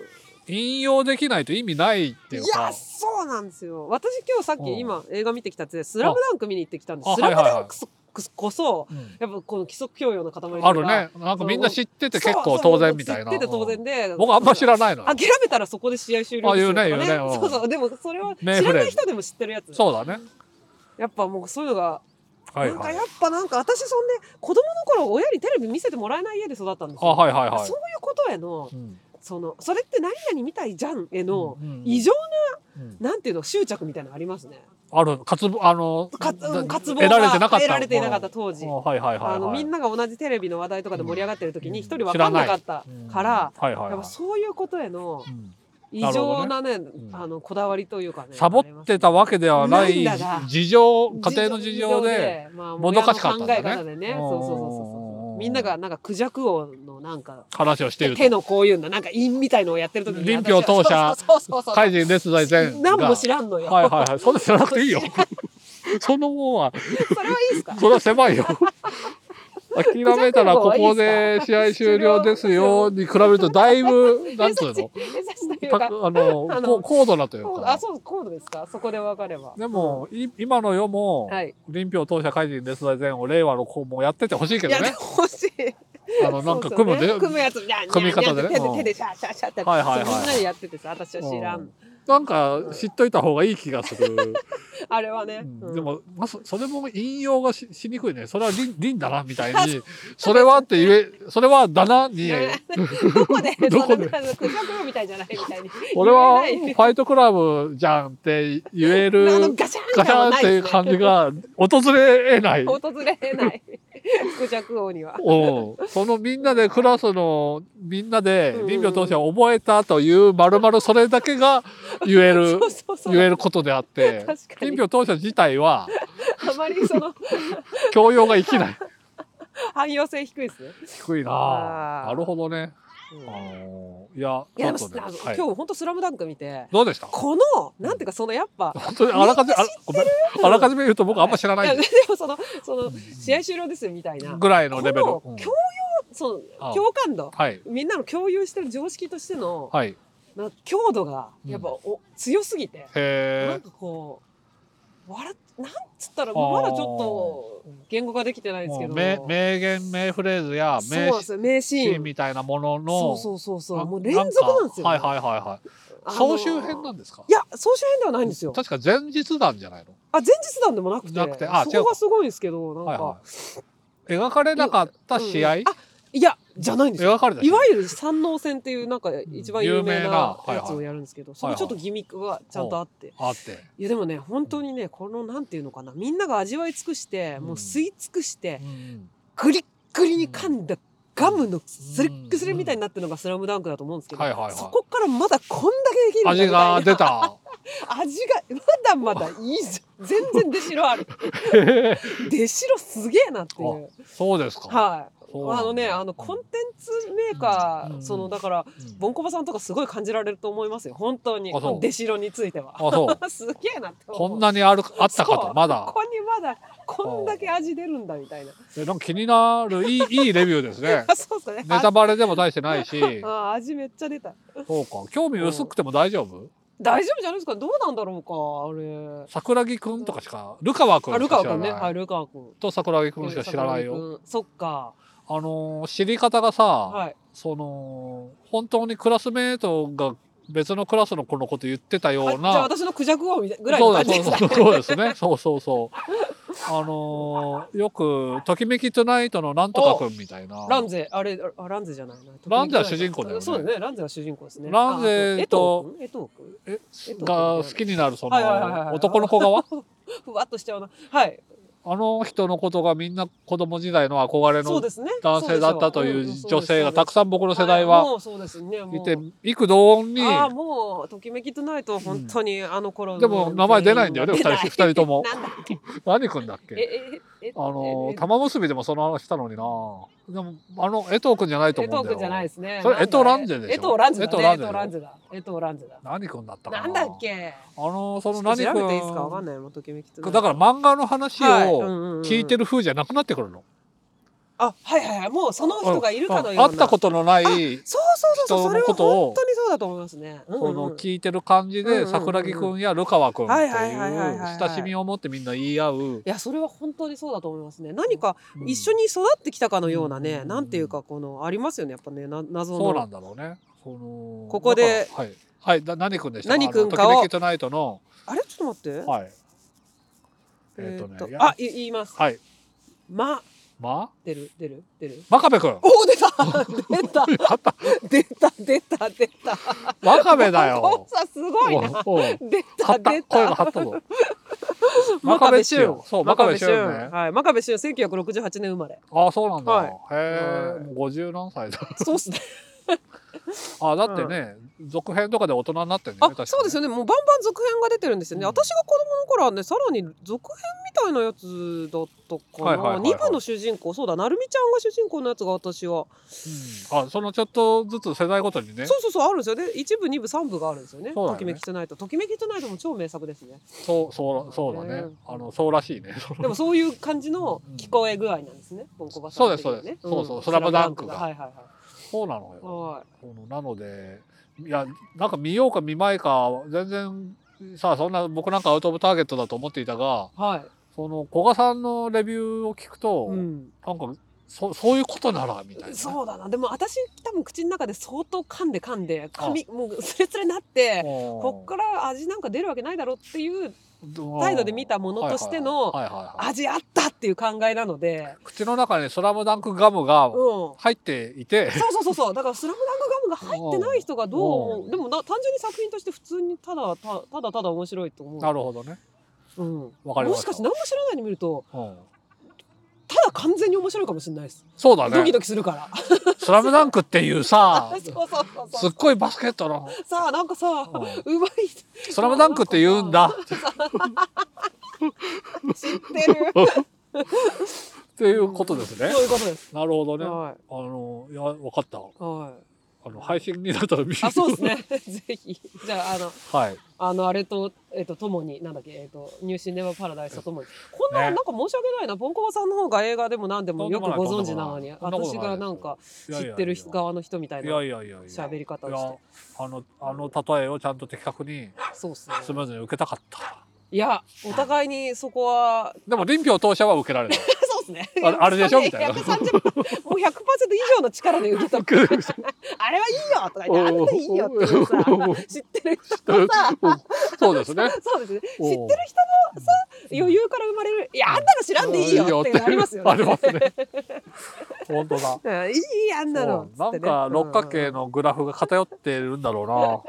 Speaker 2: 引用できないと意味ないってい
Speaker 3: いう
Speaker 2: か
Speaker 3: や、そうなんですよ私今日さっ
Speaker 2: うん
Speaker 3: き今映画見てきたってスラムダンク見に行ってきたんです
Speaker 2: あ
Speaker 3: スラム
Speaker 2: はいは
Speaker 3: ダ
Speaker 2: いは
Speaker 3: ン
Speaker 2: い
Speaker 3: クそこそ
Speaker 2: うん
Speaker 3: やっぱこの規則教養の塊とか
Speaker 2: あるね。なんかみんな知ってて結構当然みたいな。
Speaker 3: そうそうそう知ってて当然で
Speaker 2: うん僕あんま知らないのよ。
Speaker 3: 諦めたらそこで試合終了ですよとか
Speaker 2: あ言うね言うねうん
Speaker 3: そうそうでもそれは知
Speaker 2: 名フレーズ
Speaker 3: らない人でも知ってるやつ
Speaker 2: そうだね。
Speaker 3: やっぱもうそういうのが
Speaker 2: はい
Speaker 3: なん
Speaker 2: は
Speaker 3: か
Speaker 2: い
Speaker 3: や。っぱなんか私そんで子供の頃親にテレビ見せてもらえない家で育ったんです
Speaker 2: あ、
Speaker 3: よ、
Speaker 2: はいはいはい
Speaker 3: そういうことへの
Speaker 2: うん。
Speaker 3: そのそれって何々みたいじゃんへの
Speaker 2: うんうん
Speaker 3: 異常
Speaker 2: うん
Speaker 3: なんていうの執着みたいなのありますね。
Speaker 2: ある、かつ、あの、
Speaker 3: かうん渇望が
Speaker 2: 得られてなかった。
Speaker 3: 得られていなかった当時
Speaker 2: あはいはいはいはい。
Speaker 3: あのみんなが同じテレビの話題とかで盛り上がってる時に
Speaker 2: うん
Speaker 3: 一人分かんなかった
Speaker 2: うん
Speaker 3: から、
Speaker 2: はいはい
Speaker 3: やっ
Speaker 2: は
Speaker 3: ぱそういうことへの
Speaker 2: いうん
Speaker 3: 異常なね
Speaker 2: ん
Speaker 3: あのこだわりというかね
Speaker 2: サボってたわけではない
Speaker 3: なんだが
Speaker 2: 事情、家庭の事情で、、
Speaker 3: まあ
Speaker 2: もどかしかったんだね
Speaker 3: 親の考え方でねそうそうそうそ
Speaker 2: う
Speaker 3: う
Speaker 2: んうん
Speaker 3: そ
Speaker 2: うん
Speaker 3: うみんながなんかクジャク王のなんか
Speaker 2: 話をしていると
Speaker 3: 手。のこういうのなんか陰みたいのをやってる時に
Speaker 2: 臨氷当社
Speaker 3: そうそうそうそう
Speaker 2: 海人列在前
Speaker 3: 何も知らんのよ、
Speaker 2: はいはいはい。そんな知らなくていいよ。そのもんは、
Speaker 3: それはいいですか
Speaker 2: それは狭 いよ。諦めたらここで試合終了ですよに比べるとだいぶ、なんつう の
Speaker 3: 優しいという
Speaker 2: パ
Speaker 3: か
Speaker 2: あの、こ高度なという
Speaker 3: コードあ
Speaker 2: か。
Speaker 3: そうコードですかそこで分かれば
Speaker 2: でも、い今の世も
Speaker 3: はい、
Speaker 2: 臨氷当社海人列在前を令和の子もやっててほしいけ
Speaker 3: い
Speaker 2: ど
Speaker 3: やで
Speaker 2: ね。
Speaker 3: も欲しい
Speaker 2: あの、なんか
Speaker 3: そう
Speaker 2: 組
Speaker 3: そう
Speaker 2: むで。
Speaker 3: 組むやつみたいな
Speaker 2: 組み方でね
Speaker 3: 手で
Speaker 2: うん
Speaker 3: 手でシャーシャーシャーって
Speaker 2: はいはいはい
Speaker 3: そうみんなでやっててさ私は知らん、
Speaker 2: うんなんか知っといた方がいい気がする。
Speaker 3: あれはね、
Speaker 2: うん
Speaker 3: うん
Speaker 2: でも、まあ、そそれも引用がししにくいね。それはりんりんだな、みた いに。それはって言え、それはだな、に。
Speaker 3: どこで
Speaker 2: どこで
Speaker 3: そんなクジャク王みたいじゃないみたいに
Speaker 2: 俺は
Speaker 3: 言えない
Speaker 2: ファイトクラブじゃんって言える
Speaker 3: あのガシ
Speaker 2: ガ
Speaker 3: ャーン
Speaker 2: シ
Speaker 3: 感
Speaker 2: ャ
Speaker 3: は
Speaker 2: ンっ
Speaker 3: ない
Speaker 2: てい
Speaker 3: で
Speaker 2: う
Speaker 3: すね
Speaker 2: 感じが訪れない。 うん。
Speaker 3: 訪れないクジャク王には
Speaker 2: そのみんなでクラスのみんなで
Speaker 3: うんうん
Speaker 2: 林業当社を覚えたというまるまるそれだけが言える
Speaker 3: そうそうそう
Speaker 2: 言えることであって
Speaker 3: 確かに
Speaker 2: 林業当社自体は
Speaker 3: あまりその
Speaker 2: 教養が生きない
Speaker 3: 汎用性低いですね。
Speaker 2: 低いな
Speaker 3: あー
Speaker 2: なるほどね、
Speaker 3: うん
Speaker 2: あのーいや
Speaker 3: いやでも、
Speaker 2: ちょっとね
Speaker 3: あの
Speaker 2: はい
Speaker 3: 今日本当スラムダンク見て、
Speaker 2: どうでした
Speaker 3: このなんていうかそのやっぱ。
Speaker 2: 本当にあらかじめあごめんあらかじめ言うと僕あんま知らない
Speaker 3: や
Speaker 2: ん
Speaker 3: で
Speaker 2: で
Speaker 3: もそのその試合終了ですよみたいな。
Speaker 2: ぐらいのレベル、
Speaker 3: こ
Speaker 2: う
Speaker 3: の
Speaker 2: ん
Speaker 3: 共有そ
Speaker 2: あ
Speaker 3: の共感度
Speaker 2: はい
Speaker 3: みんなの共有してる常識としての、
Speaker 2: はい
Speaker 3: なんか強度がやっぱ、
Speaker 2: うん
Speaker 3: お強すぎて、な
Speaker 2: へ
Speaker 3: んかこう笑っなんつったらまだちょっと言語化できてないですけ
Speaker 2: もう
Speaker 3: ど
Speaker 2: 名名言名フレーズや
Speaker 3: そう
Speaker 2: 名
Speaker 3: なんですよ名シ
Speaker 2: シ
Speaker 3: ー
Speaker 2: ーン
Speaker 3: ン
Speaker 2: みたいなもの
Speaker 3: そ
Speaker 2: の
Speaker 3: うそうそうそう
Speaker 2: あ
Speaker 3: もう連続なんですよ、
Speaker 2: かはいはいはいはい
Speaker 3: あの
Speaker 2: 総集編なんですか
Speaker 3: いや総集編ではないんですよ
Speaker 2: 確か前日談じゃないの
Speaker 3: あ前日談でもなくて
Speaker 2: なくてあ
Speaker 3: そ
Speaker 2: 違う
Speaker 3: こ
Speaker 2: か
Speaker 3: がすごいんですけどなんか、
Speaker 2: はいはい描かれなかった試合、
Speaker 3: うんあいやじゃないんですよ
Speaker 2: 描かれた試
Speaker 3: い
Speaker 2: 合
Speaker 3: わゆる山王戦っていうなんか一番有名
Speaker 2: 有名な
Speaker 3: な
Speaker 2: はいはい
Speaker 3: やつをやるんですけど、それちょっとギミックがちゃんとあって、
Speaker 2: あって
Speaker 3: いやでもね本当にねこのなんていうのかなみんなが味わい尽くして、
Speaker 2: うん
Speaker 3: もう吸い尽くして
Speaker 2: うん
Speaker 3: グリッグリに噛んだガムのスリックスリみたいになってるのが「スラムダンクだと思うんですけど、
Speaker 2: はいはいはい
Speaker 3: そこからまだこんだけできるんだみた
Speaker 2: 味
Speaker 3: いな
Speaker 2: が出た
Speaker 3: 味がまだまだいいじ ゃん全然出城ある出城すげえなっていう
Speaker 2: そうですか、
Speaker 3: はい
Speaker 2: そうなんだ
Speaker 3: あのねあのコンテンツメーカー、
Speaker 2: うん
Speaker 3: そのだから
Speaker 2: うん
Speaker 3: ボンコバさんとかすごい感じられると思いますよ本当に
Speaker 2: あそう
Speaker 3: 出城については
Speaker 2: あそう
Speaker 3: すげえなって思う
Speaker 2: こんなにあるあったか
Speaker 3: そ
Speaker 2: と
Speaker 3: う
Speaker 2: まだ
Speaker 3: ここにまだこんだけ味出るんだみたいな。
Speaker 2: えなんか気になる いいいいレビューですね
Speaker 3: あそうっすね。
Speaker 2: ネタバレでも大してないし
Speaker 3: ああ味めっちゃ出た。
Speaker 2: そうか興味薄くても大丈夫
Speaker 3: 大丈夫じゃないですか。どうなんだろうかあ
Speaker 2: 桜木くんとかしかルカワく
Speaker 3: れ。あ
Speaker 2: ん
Speaker 3: ル
Speaker 2: し
Speaker 3: カ
Speaker 2: か知
Speaker 3: ワ
Speaker 2: ら
Speaker 3: 君
Speaker 2: ない、
Speaker 3: ね。はいルカワ君。
Speaker 2: と桜木くんしか知らないよ
Speaker 3: うん。そっか。
Speaker 2: あのー知り方がさ、
Speaker 3: はい。
Speaker 2: その本当にクラスメートが別のクラスの子のこと言ってた
Speaker 3: あ
Speaker 2: よう
Speaker 3: じゃあ
Speaker 2: な
Speaker 3: 私のクジャク王みたいぐらい
Speaker 2: そ
Speaker 3: の
Speaker 2: うだ
Speaker 3: 感じ
Speaker 2: そう
Speaker 3: ですね。
Speaker 2: そうそうですねそうそうそうあのーよく「ときめきトゥナイト」のなんとかくんみたいな
Speaker 3: ランゼあれあランゼじゃないな。
Speaker 2: ランゼは主人公だよね
Speaker 3: そうだね。ランゼは主人公ですね。
Speaker 2: ランゼと
Speaker 3: ああと
Speaker 2: え
Speaker 3: 江藤君
Speaker 2: が好きになるそ
Speaker 3: はいはいはいは
Speaker 2: の
Speaker 3: い
Speaker 2: 男の子側
Speaker 3: 江藤君。ふわっとしちゃうな。はい。
Speaker 2: あの人のことがみんな子供時代の憧れ
Speaker 3: そう
Speaker 2: の
Speaker 3: ですね。
Speaker 2: 男性だったとい
Speaker 3: そうで
Speaker 2: う
Speaker 3: しょん
Speaker 2: 女性がたくさん僕の世代
Speaker 3: い
Speaker 2: は
Speaker 3: もうそうですね。もう
Speaker 2: いて幾度音に
Speaker 3: ああもうときめきとないと本当にあの頃の
Speaker 2: でも名前出ないんだよね二
Speaker 3: 出ない
Speaker 2: 人二人とも
Speaker 3: なんだ
Speaker 2: 何くんだっけ
Speaker 3: えええ
Speaker 2: あの
Speaker 3: え
Speaker 2: 玉結びでもその話したのになでもあの江藤くんじゃないと
Speaker 3: 江
Speaker 2: 思うんだよ
Speaker 3: 藤君じゃないですね。
Speaker 2: それ
Speaker 3: なんだ
Speaker 2: 江藤ランジェでしょ
Speaker 3: 江藤ランジェだね。
Speaker 2: 江
Speaker 3: 江
Speaker 2: 藤
Speaker 3: 藤
Speaker 2: ラン
Speaker 3: ランジェだ。江藤ランジェだ。
Speaker 2: 何くんだったかな
Speaker 3: なんだっけ。
Speaker 2: あのその
Speaker 3: その
Speaker 2: 何
Speaker 3: 調
Speaker 2: く
Speaker 3: べていいですか。わかん
Speaker 2: ん
Speaker 3: ないもんときめきとない。
Speaker 2: だから漫画の話
Speaker 3: はいうん
Speaker 2: を
Speaker 3: うんうん
Speaker 2: 聞いてる風じゃなくなってくるの
Speaker 3: あはいはいはいもうその人がいるかのような。
Speaker 2: 会ったことのない
Speaker 3: そうそうそうそうそ
Speaker 2: 人の
Speaker 3: れは
Speaker 2: ことを
Speaker 3: 本当にそうだと思いますね。うんうん
Speaker 2: この聞いてる感じ
Speaker 3: うんうん
Speaker 2: で
Speaker 3: うん
Speaker 2: 桜木くんやルカワくんってい
Speaker 3: は
Speaker 2: う
Speaker 3: いはいはいはいはいはい
Speaker 2: 親しみを持ってみんな言い合う、
Speaker 3: いやそれは本当にそうだと思いますね。何か
Speaker 2: うん
Speaker 3: 一緒に育ってきたかのようなね、
Speaker 2: うん
Speaker 3: なんていうかこのありますよねやっぱねな謎
Speaker 2: そうな
Speaker 3: の
Speaker 2: んだろうねその
Speaker 3: ここで
Speaker 2: だからはい、はい、だ何くんでした
Speaker 3: 何くんか
Speaker 2: あ
Speaker 3: を
Speaker 2: のときめきトゥナイトの
Speaker 3: あれちょっと待って、
Speaker 2: はいえ
Speaker 3: え
Speaker 2: っ、
Speaker 3: ー
Speaker 2: と
Speaker 3: っと
Speaker 2: ねいや
Speaker 3: あい言います
Speaker 2: はい
Speaker 3: ま
Speaker 2: ま
Speaker 3: 出る出る出る
Speaker 2: 真壁くん
Speaker 3: おお出た出た 出た出た出た
Speaker 2: 真壁だよ
Speaker 3: お父さん すごいな
Speaker 2: おうおう
Speaker 3: 出
Speaker 2: 張ったた
Speaker 3: 出
Speaker 2: 声が張
Speaker 3: た
Speaker 2: ったぞ
Speaker 3: 真壁俊
Speaker 2: そう真壁俊
Speaker 3: 真
Speaker 2: ね
Speaker 3: 壁はい真壁俊1968年生まれ
Speaker 2: あそうなんだ、
Speaker 3: はい
Speaker 2: へ
Speaker 3: う
Speaker 2: え
Speaker 3: ん
Speaker 2: 五十何歳だ
Speaker 3: そうっすね
Speaker 2: あだってね、続編とかで大人になってるね
Speaker 3: あ
Speaker 2: 確かに
Speaker 3: そうですよねもうバンバン続編が出てるんですよね、
Speaker 2: うん
Speaker 3: 私が子供の頃はねさらに続編みたいなやつだった
Speaker 2: は
Speaker 3: か
Speaker 2: いはいはい
Speaker 3: な、
Speaker 2: はい
Speaker 3: 二部の主人公そうだなるみちゃんが主人公のやつが私は
Speaker 2: うんあそのちょっとずつ世代ごとにね
Speaker 3: そうそうそうあるんですよね一部二部三部があるんですよね
Speaker 2: そうだよね
Speaker 3: ときめきトゥナイトときめきトゥナイトも超名作ですね
Speaker 2: そうそうそうだね、
Speaker 3: うん
Speaker 2: あのそうらしいね
Speaker 3: でもそういう感じの聞こえ具合なんですね、ボンコバさんの時はね
Speaker 2: そうですそうですそうそうんスラムダンクが
Speaker 3: スラムダンク
Speaker 2: そうなの
Speaker 3: が
Speaker 2: よ。
Speaker 3: はいはいはいはい
Speaker 2: このなので、いや、なんか見ようか見まいか、全然、さあ、そんな僕なんかアウトオブターゲットだと思っていたが、
Speaker 3: はい、
Speaker 2: その古賀さんのレビューを聞くと、
Speaker 3: うん、
Speaker 2: なんか、そそういうことなら、みたいなね。
Speaker 3: そうだなでも私多分口の中で相当噛んで噛んで髪もうスレスレになって
Speaker 2: うん
Speaker 3: こっから味なんか出るわけないだろうっていう態度で見たものとしての
Speaker 2: はいはいはいはいはい
Speaker 3: 味あったっていう考えなので、
Speaker 2: 口の中にスラムダンクガムが
Speaker 3: うん、そ
Speaker 2: 入っていて、
Speaker 3: うそうそうそうだから「スラムダンクガムが入ってない人がどう思
Speaker 2: う
Speaker 3: うんでもな単純に作品として普通にただたただただ面白いと思う
Speaker 2: なるほどね。
Speaker 3: うん、
Speaker 2: わかりま
Speaker 3: も
Speaker 2: し
Speaker 3: したかして何も知らないで見ると
Speaker 2: うん
Speaker 3: ただ完全に面白いかもしれないです、
Speaker 2: そうだ
Speaker 3: ドキ
Speaker 2: ね
Speaker 3: ド。キするから、
Speaker 2: スラムダンクっていうさ
Speaker 3: そうそうそう
Speaker 2: す
Speaker 3: そ
Speaker 2: っ
Speaker 3: う
Speaker 2: ごいバスケットの、
Speaker 3: さあなんかさ、
Speaker 2: う
Speaker 3: うんまい
Speaker 2: スラムダンクって言うんだ。
Speaker 3: 知って る
Speaker 2: っていうことですね。
Speaker 3: そういうことです、
Speaker 2: なるほどね。あ
Speaker 3: は
Speaker 2: の、いや、わかった。
Speaker 3: いは
Speaker 2: あの、配信になったら見る
Speaker 3: いあそうですね ぜひじゃああの
Speaker 2: はい。
Speaker 3: あのあれとえっ、とともになんだっけえっ、とニューシネマパラダイスとともにこんな、
Speaker 2: ね
Speaker 3: なんか申し訳ないなボンコバさんの方が映画でも何でもよくご存知なのに
Speaker 2: とんでもない
Speaker 3: 私がなんか
Speaker 2: いやいやい
Speaker 3: 知
Speaker 2: や
Speaker 3: ってる人側の人みたい
Speaker 2: いや
Speaker 3: ない
Speaker 2: やいやいや。
Speaker 3: 喋り方を
Speaker 2: い
Speaker 3: し
Speaker 2: や
Speaker 3: て、
Speaker 2: あの、あの例えをちゃんと的確に
Speaker 3: そうっすね
Speaker 2: スムーズに受けたかった。
Speaker 3: いや、お互いにそこは、
Speaker 2: でも臨票当社は受けられない。
Speaker 3: そうですね。
Speaker 2: あれあれでしょみたいな
Speaker 3: 130もう100%以上の力で受け取って、あれはいいよとか 言って、あれでいいよって いうさ
Speaker 2: お、
Speaker 3: 知ってる人 のさ、
Speaker 2: そうです ね。
Speaker 3: そうですね。知って
Speaker 2: お
Speaker 3: る
Speaker 2: う
Speaker 3: 人のさ、余裕から生まれる、いや、あんなの知らんでいいよっていうのありますよね。
Speaker 2: ありますね。 本当だ。
Speaker 3: うんいいやんなの
Speaker 2: う。んなんか六角形のグラフが偏ってるんだろ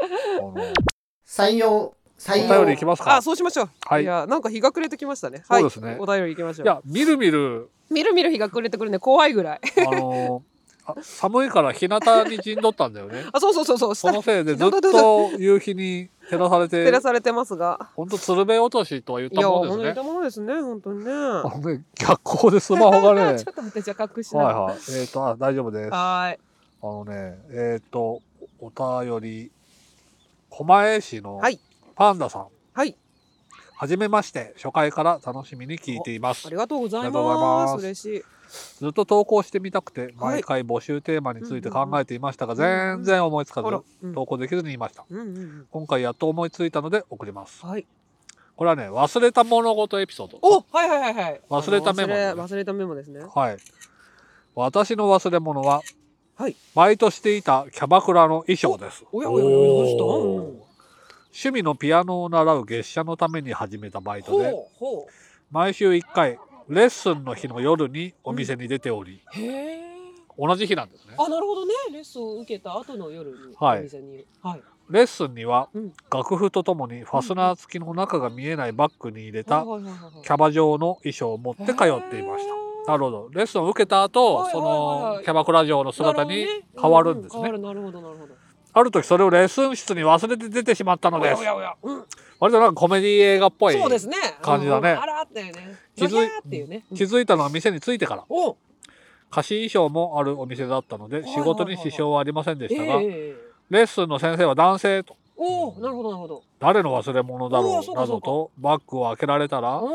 Speaker 2: うな。
Speaker 4: 採用採
Speaker 2: あのお
Speaker 4: 用
Speaker 2: 便りいきます
Speaker 3: あ、
Speaker 2: か。
Speaker 3: そうしましょう。
Speaker 2: はい
Speaker 3: いや、なんか日が暮れてきましたね。はい。
Speaker 2: そうですね
Speaker 3: お便りいきましょ。
Speaker 2: いうやみるみる
Speaker 3: みるみる日が暮れてくるね、怖いぐ らい。
Speaker 2: あのあ寒いから日向に陣取ったんだよね。
Speaker 3: あ、そうそうそう そう。
Speaker 2: そ
Speaker 3: 下
Speaker 2: のせい でずっと夕日に照らされ
Speaker 3: 照ら
Speaker 2: て、
Speaker 3: されてま すが。
Speaker 2: 本当鶴瓶落としとは言っ
Speaker 3: い
Speaker 2: た
Speaker 3: や、
Speaker 2: も
Speaker 3: 本
Speaker 2: ん
Speaker 3: 当
Speaker 2: です
Speaker 3: に
Speaker 2: ね。
Speaker 3: たものですね、本当にね。は
Speaker 2: あのね逆光でスマホがね
Speaker 3: ちょ。っと待って、じゃあ隠しな
Speaker 2: はい
Speaker 3: がら。
Speaker 2: はい。えっ、とあ大丈夫です。あ
Speaker 3: はーい。
Speaker 2: のねえっ、とおお便り狛江市の
Speaker 3: はい
Speaker 2: パンダさん。
Speaker 3: はい。
Speaker 2: はじめまして、初回から楽しみに聞いています
Speaker 3: あり。がとうござ
Speaker 2: あ
Speaker 3: い
Speaker 2: りがとうござい
Speaker 3: ま。
Speaker 2: ますす
Speaker 3: 嬉しい。
Speaker 2: ずっと投稿してみたくて、毎回募集テーマについて考えていましたが、
Speaker 3: うんうんうん
Speaker 2: 全然思いつか
Speaker 3: あら
Speaker 2: ず、。
Speaker 3: うん
Speaker 2: 投稿できずにいました。
Speaker 3: うんうんうん。
Speaker 2: 今回やっと思いついたので送ります。
Speaker 3: はい。
Speaker 2: これはね、忘れた物事エピソード。
Speaker 3: お、はいはいはいはい。
Speaker 2: 忘れたメモ
Speaker 3: あの忘れ忘れたメモですね。
Speaker 2: はい。私の忘れ物は、
Speaker 3: はい
Speaker 2: バイトしていたキャバクラの衣装です。
Speaker 3: おやおやおや、どうした
Speaker 2: おー
Speaker 3: うん
Speaker 2: 趣味のピアノを習う月謝のために始めたバイトで、
Speaker 3: ほうほう。
Speaker 2: 毎週1回、レッスンの日の夜にお店に出ており、
Speaker 3: へえ。
Speaker 2: 同じ日なんですね。
Speaker 3: あ、なるほどね。レッスンを受けた後の夜に、
Speaker 2: はい
Speaker 3: お店に。はい。
Speaker 2: レッスンには
Speaker 3: うん
Speaker 2: 楽譜とともにファスナー付きの中が見えないバッグに入れた
Speaker 3: はいはいはいはい
Speaker 2: キャバ嬢の衣装を持って通っていました
Speaker 3: へ。ー
Speaker 2: なるほど。レッスンを受けた後、
Speaker 3: はい
Speaker 2: そ
Speaker 3: はいはいは
Speaker 2: の
Speaker 3: い
Speaker 2: キャバクラ嬢の姿に変わるんです
Speaker 3: な
Speaker 2: ね。
Speaker 3: るほどねうんうん変わるなるほどなるほど。
Speaker 2: ある時それをレッスン室に忘れて出てしまったの
Speaker 3: お
Speaker 2: で
Speaker 3: や
Speaker 2: す
Speaker 3: お。やおや。うん。
Speaker 2: 割となんかコメディ映画っぽい。
Speaker 3: そうですね。
Speaker 2: 感じだね
Speaker 3: うんあらあったよね。
Speaker 2: 気づい
Speaker 3: なきゃーっていうね。
Speaker 2: 気づいたのは店に着いてから。
Speaker 3: お
Speaker 2: 貸し衣装もあるお店だったので、
Speaker 3: はい
Speaker 2: 仕事に支障はありませんで
Speaker 3: え
Speaker 2: し
Speaker 3: え
Speaker 2: た
Speaker 3: え
Speaker 2: が、
Speaker 3: え
Speaker 2: レッスンの先生は男性と、
Speaker 3: おおなるほどなるほど。
Speaker 2: 誰の忘れ物だ
Speaker 3: う
Speaker 2: ろ
Speaker 3: わそううか
Speaker 2: な
Speaker 3: そ
Speaker 2: ど
Speaker 3: うか
Speaker 2: と、バッグを開けられたら、
Speaker 3: うん。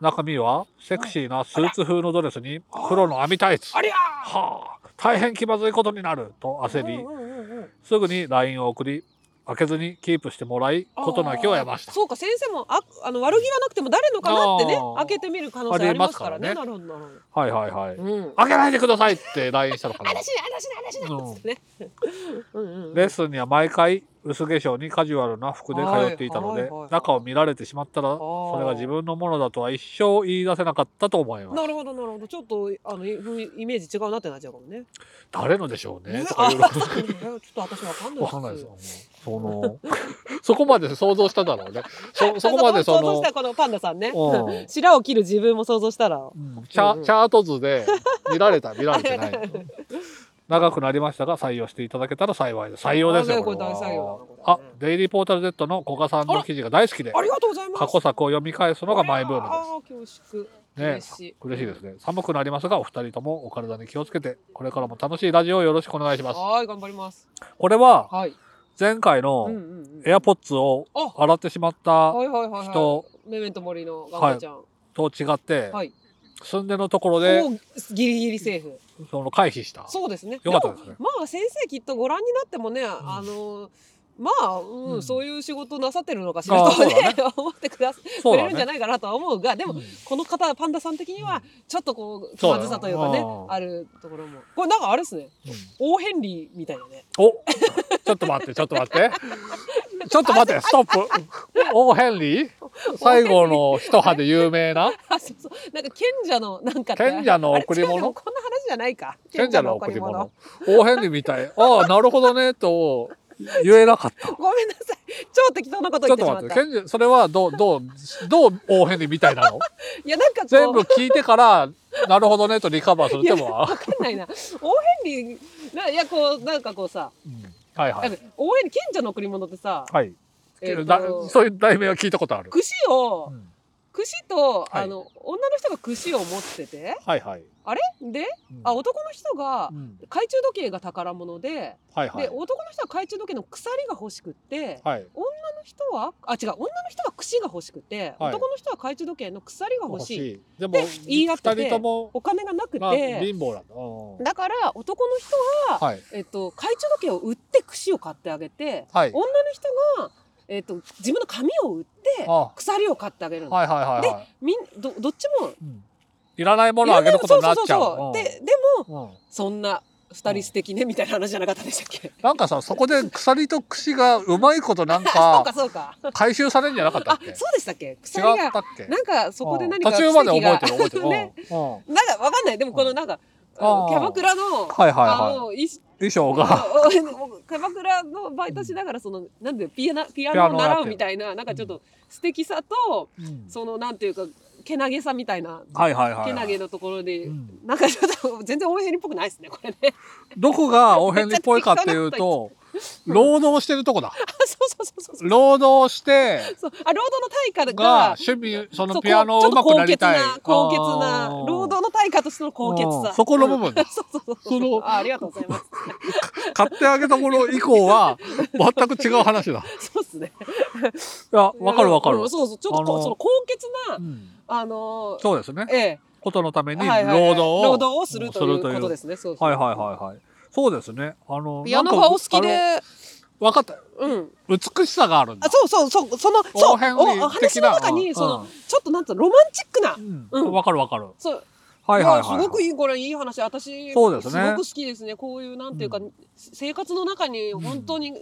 Speaker 2: 中身はセクシーなスーツ風のドレスに黒の網タイツ。
Speaker 3: ありゃー
Speaker 2: はあ、大変気まずいことになると焦
Speaker 3: うん
Speaker 2: り、
Speaker 3: うんうんうん
Speaker 2: すぐに LINE を送り、開けずにキープしてもらい、ことなきを得ました。
Speaker 3: そうか先生もああの悪気はなくても誰のかなってね
Speaker 2: あー
Speaker 3: 開けてみる可能性ありますからね。
Speaker 2: あり
Speaker 3: なるほどなる
Speaker 2: はいはいはい
Speaker 3: ほど。。うん。
Speaker 2: 開けないでくださいって LINE したのかな。
Speaker 3: 私だ私だ私だっつってね。うんうんうん。
Speaker 2: レッスンには毎回薄化粧にカジュアルな服で通っていたの
Speaker 3: は
Speaker 2: で
Speaker 3: いはいはい、
Speaker 2: 中を見られてしまったら、
Speaker 3: ー
Speaker 2: それが自分のものだとは一生言い出せなかったと思います。
Speaker 3: なるほどなるほどちょっとあのいイメージ違うなってなっちゃうかも ね。
Speaker 2: 誰のでしょうねと
Speaker 3: あ
Speaker 2: かいろいろ。
Speaker 3: うんちょっと私わかんな い
Speaker 2: わかんないで すよ。その、 そこまで想像しただろうね。 そ、そこまでそ
Speaker 3: 想像
Speaker 2: の
Speaker 3: した、このパンダさんね。
Speaker 2: うん
Speaker 3: 白を切る自分も想像したら。
Speaker 2: うんチャチャート図で見られ た、見られてない。長くなりましたが、採用していただけたら幸いです。採用ですよ、
Speaker 3: あ
Speaker 2: これ
Speaker 3: これ大採用だな
Speaker 2: は
Speaker 3: こ。れ
Speaker 2: あ
Speaker 3: ね、
Speaker 2: デイリーポータル Z の古賀さんの記事が大好きで、
Speaker 3: ありがとうございます。
Speaker 2: 過去作を読み返すのがマイブームです。
Speaker 3: ああ、恐縮。
Speaker 2: ね
Speaker 3: 嬉しい。
Speaker 2: 嬉しいですね。寒くなりますが、お二人ともお体に気をつけて、これからも楽しいラジオをよろしくお願いします。
Speaker 3: はーい、頑張ります。
Speaker 2: これは、
Speaker 3: はい。
Speaker 2: 前回
Speaker 3: うんう
Speaker 2: の
Speaker 3: んうん。
Speaker 2: エアポッツを
Speaker 3: あ
Speaker 2: 洗ってしまった
Speaker 3: はいはいはいは
Speaker 2: 人
Speaker 3: い。メメント森のガンコちゃん。
Speaker 2: と違って、
Speaker 3: はい。
Speaker 2: 寸出のところで
Speaker 3: もうギリギリセーフ。
Speaker 2: その回避した。
Speaker 3: そうですね。
Speaker 2: よかったですね
Speaker 3: もまあ先生きっとご覧になってもね、あのまあ、うん
Speaker 2: うん
Speaker 3: そういう仕事なさってるのかしらと
Speaker 2: あーそう
Speaker 3: ね
Speaker 2: だ
Speaker 3: 思ってくだす
Speaker 2: そう
Speaker 3: くれ
Speaker 2: だ
Speaker 3: るんじゃ
Speaker 2: ね。
Speaker 3: ないかなとは思うがでも、
Speaker 2: うん
Speaker 3: この方パンダさん的にはちょっとこう気
Speaker 2: そうだ
Speaker 3: ま
Speaker 2: ね
Speaker 3: ずさというかね
Speaker 2: うん
Speaker 3: あるところもこれなんかあれですね
Speaker 2: うん
Speaker 3: オーヘンリーみたいなね
Speaker 2: お、ちょっと待って、ちょっと待って。ちょっと待って、ストップ。オーヘンリー最後の一派で有名な
Speaker 3: あそうそうなんか賢者のなんかって
Speaker 2: 賢者の
Speaker 3: あれ
Speaker 2: 贈り物
Speaker 3: 違うのこんな話じゃないか
Speaker 2: 賢者の贈り物。オーヘンリーみたい。ああ、なるほどね、と言えなか った。ち
Speaker 3: ごめんなさい超適当なこと
Speaker 2: ょ
Speaker 3: 言
Speaker 2: っ
Speaker 3: って
Speaker 2: と
Speaker 3: しま
Speaker 2: 待
Speaker 3: っ
Speaker 2: って、
Speaker 3: た
Speaker 2: 賢者、それはどう、どう、どうオーヘンリーみたいなの
Speaker 3: いやなんかこう
Speaker 2: 全部聞いてから、なるほどね、とリカバーするでも、あ
Speaker 3: わかんないなオーヘンリーないやこうなんかこうさ、
Speaker 2: うんはいは
Speaker 3: なん
Speaker 2: い。
Speaker 3: かオーヘンリー賢者の贈り物ってさ、
Speaker 2: はい。
Speaker 3: えっと
Speaker 2: だそういう題名は聞いたことある。
Speaker 3: 串
Speaker 2: う
Speaker 3: を
Speaker 2: ん
Speaker 3: 串と、
Speaker 2: はい
Speaker 3: あの女の人が串を持ってて
Speaker 2: はいはい。
Speaker 3: あれで
Speaker 2: うん
Speaker 3: あ男の人が
Speaker 2: うん
Speaker 3: 懐中時計が宝物で,、
Speaker 2: はいはい
Speaker 3: で。男の人は懐中時計の鎖が欲しくって、
Speaker 2: はい。
Speaker 3: 女の人はあ違う女の人は串が欲しくて、
Speaker 2: はい
Speaker 3: 男の人は懐中時計の鎖が欲しい
Speaker 2: い。でも、
Speaker 3: で言い合
Speaker 2: 二
Speaker 3: ってて
Speaker 2: 人とも、
Speaker 3: お金がなくて、
Speaker 2: まあ、貧乏なんだうん。
Speaker 3: だから男の人は、
Speaker 2: はい。
Speaker 3: えっと、懐中時計を売って串を買ってあげて、
Speaker 2: はい。
Speaker 3: 女の人がえっと自分の紙を売って
Speaker 2: あ
Speaker 3: 鎖を買ってあげるの、
Speaker 2: はいはいはいは
Speaker 3: みんどどっちも
Speaker 2: いうん。いらないものをあげることになっちゃう。
Speaker 3: そうそうそうそうででも
Speaker 2: うんうん
Speaker 3: そんな二人素敵ねみたいな話じゃなかったでしたっけ、
Speaker 2: なんかさ、そこで鎖と櫛がうまいことなん
Speaker 3: そう
Speaker 2: か
Speaker 3: かそうか
Speaker 2: 回収されるんじゃなかった
Speaker 3: あ
Speaker 2: っけ違
Speaker 3: そうでしたっけ鎖
Speaker 2: っ
Speaker 3: が
Speaker 2: たっけ
Speaker 3: なんかそこで何か
Speaker 2: うん途中まで
Speaker 3: 奇跡
Speaker 2: 覚
Speaker 3: が
Speaker 2: えてる覚えてる。うんうん
Speaker 3: なんかわかんないでもこのなんかキ
Speaker 2: あー
Speaker 3: ャバクラの
Speaker 2: はいはいはい
Speaker 3: あのいし
Speaker 2: 衣装が。
Speaker 3: キャバクラのバイトしながらそのなんでピアノピア
Speaker 2: ピア
Speaker 3: ノ
Speaker 2: ノ
Speaker 3: を
Speaker 2: をやってる
Speaker 3: 習うみたいななんかちょっと素敵さと
Speaker 2: うん
Speaker 3: そのなんていうかけなげさみたいな
Speaker 2: はいはいはい
Speaker 3: け
Speaker 2: は。
Speaker 3: ないげのところで、
Speaker 2: うん
Speaker 3: なんかちょっと全然応援っぽくないですねこれね
Speaker 2: どこがお遍りっぽいかっていうと、 労働してるとこだ。
Speaker 3: あ そうそうそうそうそう
Speaker 2: 労働して、
Speaker 3: そうあ労働の対価
Speaker 2: が
Speaker 3: が
Speaker 2: 趣味、そ
Speaker 3: そ
Speaker 2: の
Speaker 3: う
Speaker 2: ピアノを
Speaker 3: こ
Speaker 2: うまくなりたい
Speaker 3: ちょ。っと高潔な高潔な
Speaker 2: あー
Speaker 3: 労働の対価としての高潔
Speaker 2: う
Speaker 3: さ
Speaker 2: んそこの部分だ
Speaker 3: そうそうそ
Speaker 2: そ
Speaker 3: う
Speaker 2: の
Speaker 3: あありがとうございます
Speaker 2: 買ってあげたもの以降は、全く違う話だ。
Speaker 3: そうですね
Speaker 2: いや、わかるわかる
Speaker 3: うん。そうそうちょっと
Speaker 2: あ
Speaker 3: こ
Speaker 2: の
Speaker 3: その高潔
Speaker 2: う
Speaker 3: なんあの
Speaker 2: そうですね。
Speaker 3: ええ
Speaker 2: ことのために労
Speaker 3: はいはいはい
Speaker 2: 働を。
Speaker 3: 労働をするという
Speaker 2: する
Speaker 3: ことですねそうそう
Speaker 2: はいはいはいはい。そうですね。あの、
Speaker 3: ピア
Speaker 2: な
Speaker 3: ノ
Speaker 2: んか
Speaker 3: がお好き。
Speaker 2: あ
Speaker 3: で
Speaker 2: のわかった。
Speaker 3: うん
Speaker 2: 美しさがあるんだ
Speaker 3: あ。そうそうそうそのそう
Speaker 2: 応変
Speaker 3: お
Speaker 2: に
Speaker 3: お話の中
Speaker 2: う
Speaker 3: に
Speaker 2: ん
Speaker 3: その、
Speaker 2: うん
Speaker 3: ちょっとなんつうのロマンチックな、
Speaker 2: う
Speaker 3: うん
Speaker 2: ん。わかるわかる。
Speaker 3: そう
Speaker 2: はいはいはい。
Speaker 3: やすごくいいこれいい話私
Speaker 2: そうですね
Speaker 3: ごく好きですねこういうなんていうか、
Speaker 2: う
Speaker 3: 生活の中に本当に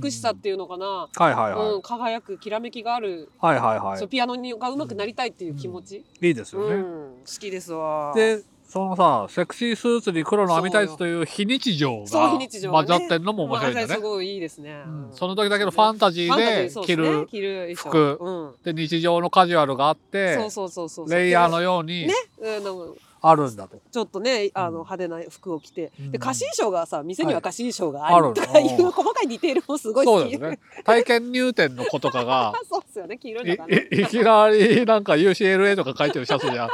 Speaker 3: 美しさっていうのかな、
Speaker 2: はいは
Speaker 3: う
Speaker 2: い
Speaker 3: ん
Speaker 2: はい。
Speaker 3: 輝くきらめきがある、
Speaker 2: はいはいは
Speaker 3: そうピアノにが上手くなりたいっていう気持ち、
Speaker 2: い。いいです
Speaker 3: うん
Speaker 2: よね。
Speaker 3: 好きですわ
Speaker 2: で、そのさ、セクシースーツに黒の編みタイツという非日常
Speaker 3: そう
Speaker 2: が
Speaker 3: 非日常が
Speaker 2: 混
Speaker 3: ね
Speaker 2: ざってんのも面白いんだ
Speaker 3: まあ
Speaker 2: よね
Speaker 3: す。ごいいいですね、
Speaker 2: うん
Speaker 3: うん
Speaker 2: その時だけのファンタジ
Speaker 3: ファンタジ
Speaker 2: ーで
Speaker 3: ーそうで
Speaker 2: 着
Speaker 3: すね
Speaker 2: る。
Speaker 3: 着る衣装
Speaker 2: 服
Speaker 3: うん
Speaker 2: で、日常のカジュアルがあっ
Speaker 3: そ
Speaker 2: て
Speaker 3: う、そうそうそう
Speaker 2: レイヤーのように
Speaker 3: ねうんなんか
Speaker 2: あるんだと。
Speaker 3: ちょっとねあの派手な服を着て、
Speaker 2: うん
Speaker 3: で貸衣装がさ店には貸衣装が
Speaker 2: は
Speaker 3: あ
Speaker 2: い
Speaker 3: るとい
Speaker 2: ある
Speaker 3: う細かいディテールもすごい
Speaker 2: そう
Speaker 3: 好
Speaker 2: で
Speaker 3: き
Speaker 2: すね。体験入店の子とかが
Speaker 3: あ、 そうっすよね黄色いのかない
Speaker 2: い いきなりなんか UCLA とか書いてるシャツじ ゃ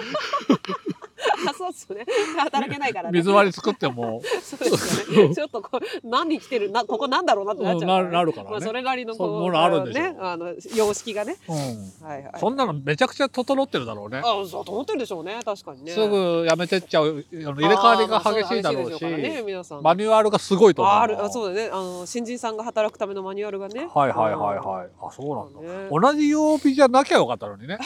Speaker 3: あそうっすよね働けないからね
Speaker 2: 水割り作っても
Speaker 3: そうですよねちょっとこう何着てるなここなんだろうなってなっちゃうか
Speaker 2: う
Speaker 3: ら、
Speaker 2: んななるからね
Speaker 3: まあ、それなりのこ
Speaker 2: そう
Speaker 3: う
Speaker 2: ものあるんでしょ
Speaker 3: ねあの様式がね
Speaker 2: うん
Speaker 3: はいはい
Speaker 2: そんなのめちゃくちゃ整ってるだろうね
Speaker 3: あそうと思ってるでしょうね確かにね
Speaker 2: すぐやめてっちゃうあの入れ替わりが激しいだろう
Speaker 3: あーまあそだ激しいでょうからね
Speaker 2: し
Speaker 3: 皆さん
Speaker 2: マニュアルがすごいと思う
Speaker 3: あ
Speaker 2: な
Speaker 3: あるあそうだねあの新人さんが働くためのマニュアルがね
Speaker 2: はいはいはいはいあそうなんだ
Speaker 3: ね
Speaker 2: 同じ曜日じゃなきゃよかったのにね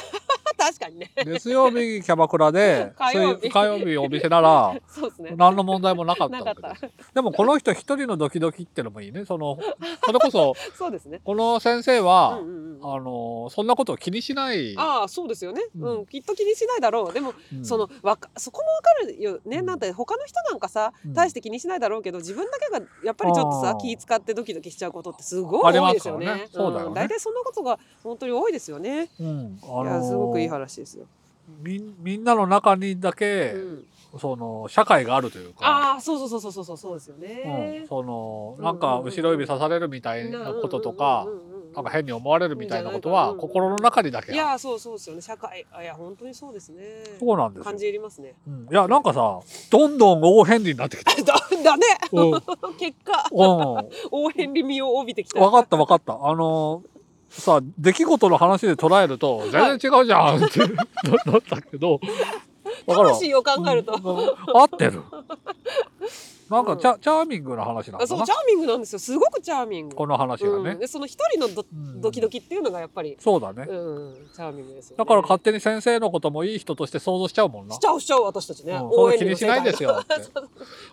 Speaker 3: 確かにね
Speaker 2: 月曜日キャバクラで
Speaker 3: 火曜日
Speaker 2: 水火曜日お店なら
Speaker 3: そうですね
Speaker 2: 何の問題もなかった
Speaker 3: なんか
Speaker 2: だ
Speaker 3: っ
Speaker 2: けど
Speaker 3: た
Speaker 2: でもこの人一人のドキドキってのもいいねそのそれこそ
Speaker 3: そうですね
Speaker 2: この先生は、
Speaker 3: うんうんうん
Speaker 2: あのそんなことを気にしない、
Speaker 3: ああそうですよね、
Speaker 2: う
Speaker 3: うんんきっと気にしないだろうでも、
Speaker 2: うん
Speaker 3: そのわかそこもわかるよね、
Speaker 2: うん
Speaker 3: なんて他の人なんかさ、
Speaker 2: うん
Speaker 3: 大して気にしないだろうけど自分だけがやっぱりちょっと
Speaker 2: あ
Speaker 3: さ
Speaker 2: ー
Speaker 3: 気使ってドキドキしちゃうことってすご
Speaker 2: あ
Speaker 3: い
Speaker 2: りま
Speaker 3: 多い
Speaker 2: す
Speaker 3: ですよね
Speaker 2: からねそうだよね
Speaker 3: ん、大体そんなことが本当に多いですよね、
Speaker 2: うんあの
Speaker 3: いやすごくいい話ですよ、
Speaker 2: みんみんなの中にだけ、
Speaker 3: うん、
Speaker 2: その社会があるというか、
Speaker 3: ああそうそうそうそうそうそうですよ
Speaker 2: うん
Speaker 3: ね、
Speaker 2: その
Speaker 3: うんうん
Speaker 2: なんか後ろ指刺されるみたいなこととか、
Speaker 3: うんうんうんうん
Speaker 2: なんか変に思われるみたいなことは、
Speaker 3: うんじゃないかな
Speaker 2: 心の中にだけ
Speaker 3: い
Speaker 2: ある
Speaker 3: やそうそうですよね社会あいや本当にそうですね
Speaker 2: そうなんですよ
Speaker 3: 感じ入りますね
Speaker 2: うんいやなんかさどんどん大変になってきた
Speaker 3: だだね
Speaker 2: うん、うん、
Speaker 3: 結果
Speaker 2: 分
Speaker 3: 応変利味を帯びてきた
Speaker 2: かった分かったあのさ出来事の話で捉えると全然違うじゃんってななったけど分かるわ
Speaker 3: 魂を考えると、
Speaker 2: うん合ってる。なんかチャチャーミングな話なの
Speaker 3: あ
Speaker 2: か
Speaker 3: そう
Speaker 2: な
Speaker 3: チャーミングなんですよすごくチャーミング
Speaker 2: この話が
Speaker 3: う
Speaker 2: ね
Speaker 3: ん、。でその一人のド,、
Speaker 2: うん
Speaker 3: ドキドキっていうのがやっぱり、
Speaker 2: そうだね
Speaker 3: う。ん、チャーミングですよね、
Speaker 2: だから勝手に先生のこともいい人として想像しちゃうもんな
Speaker 3: しち。ゃうしちゃう私たちね、
Speaker 2: うん
Speaker 3: 応援
Speaker 2: そんな気にしないですよってあ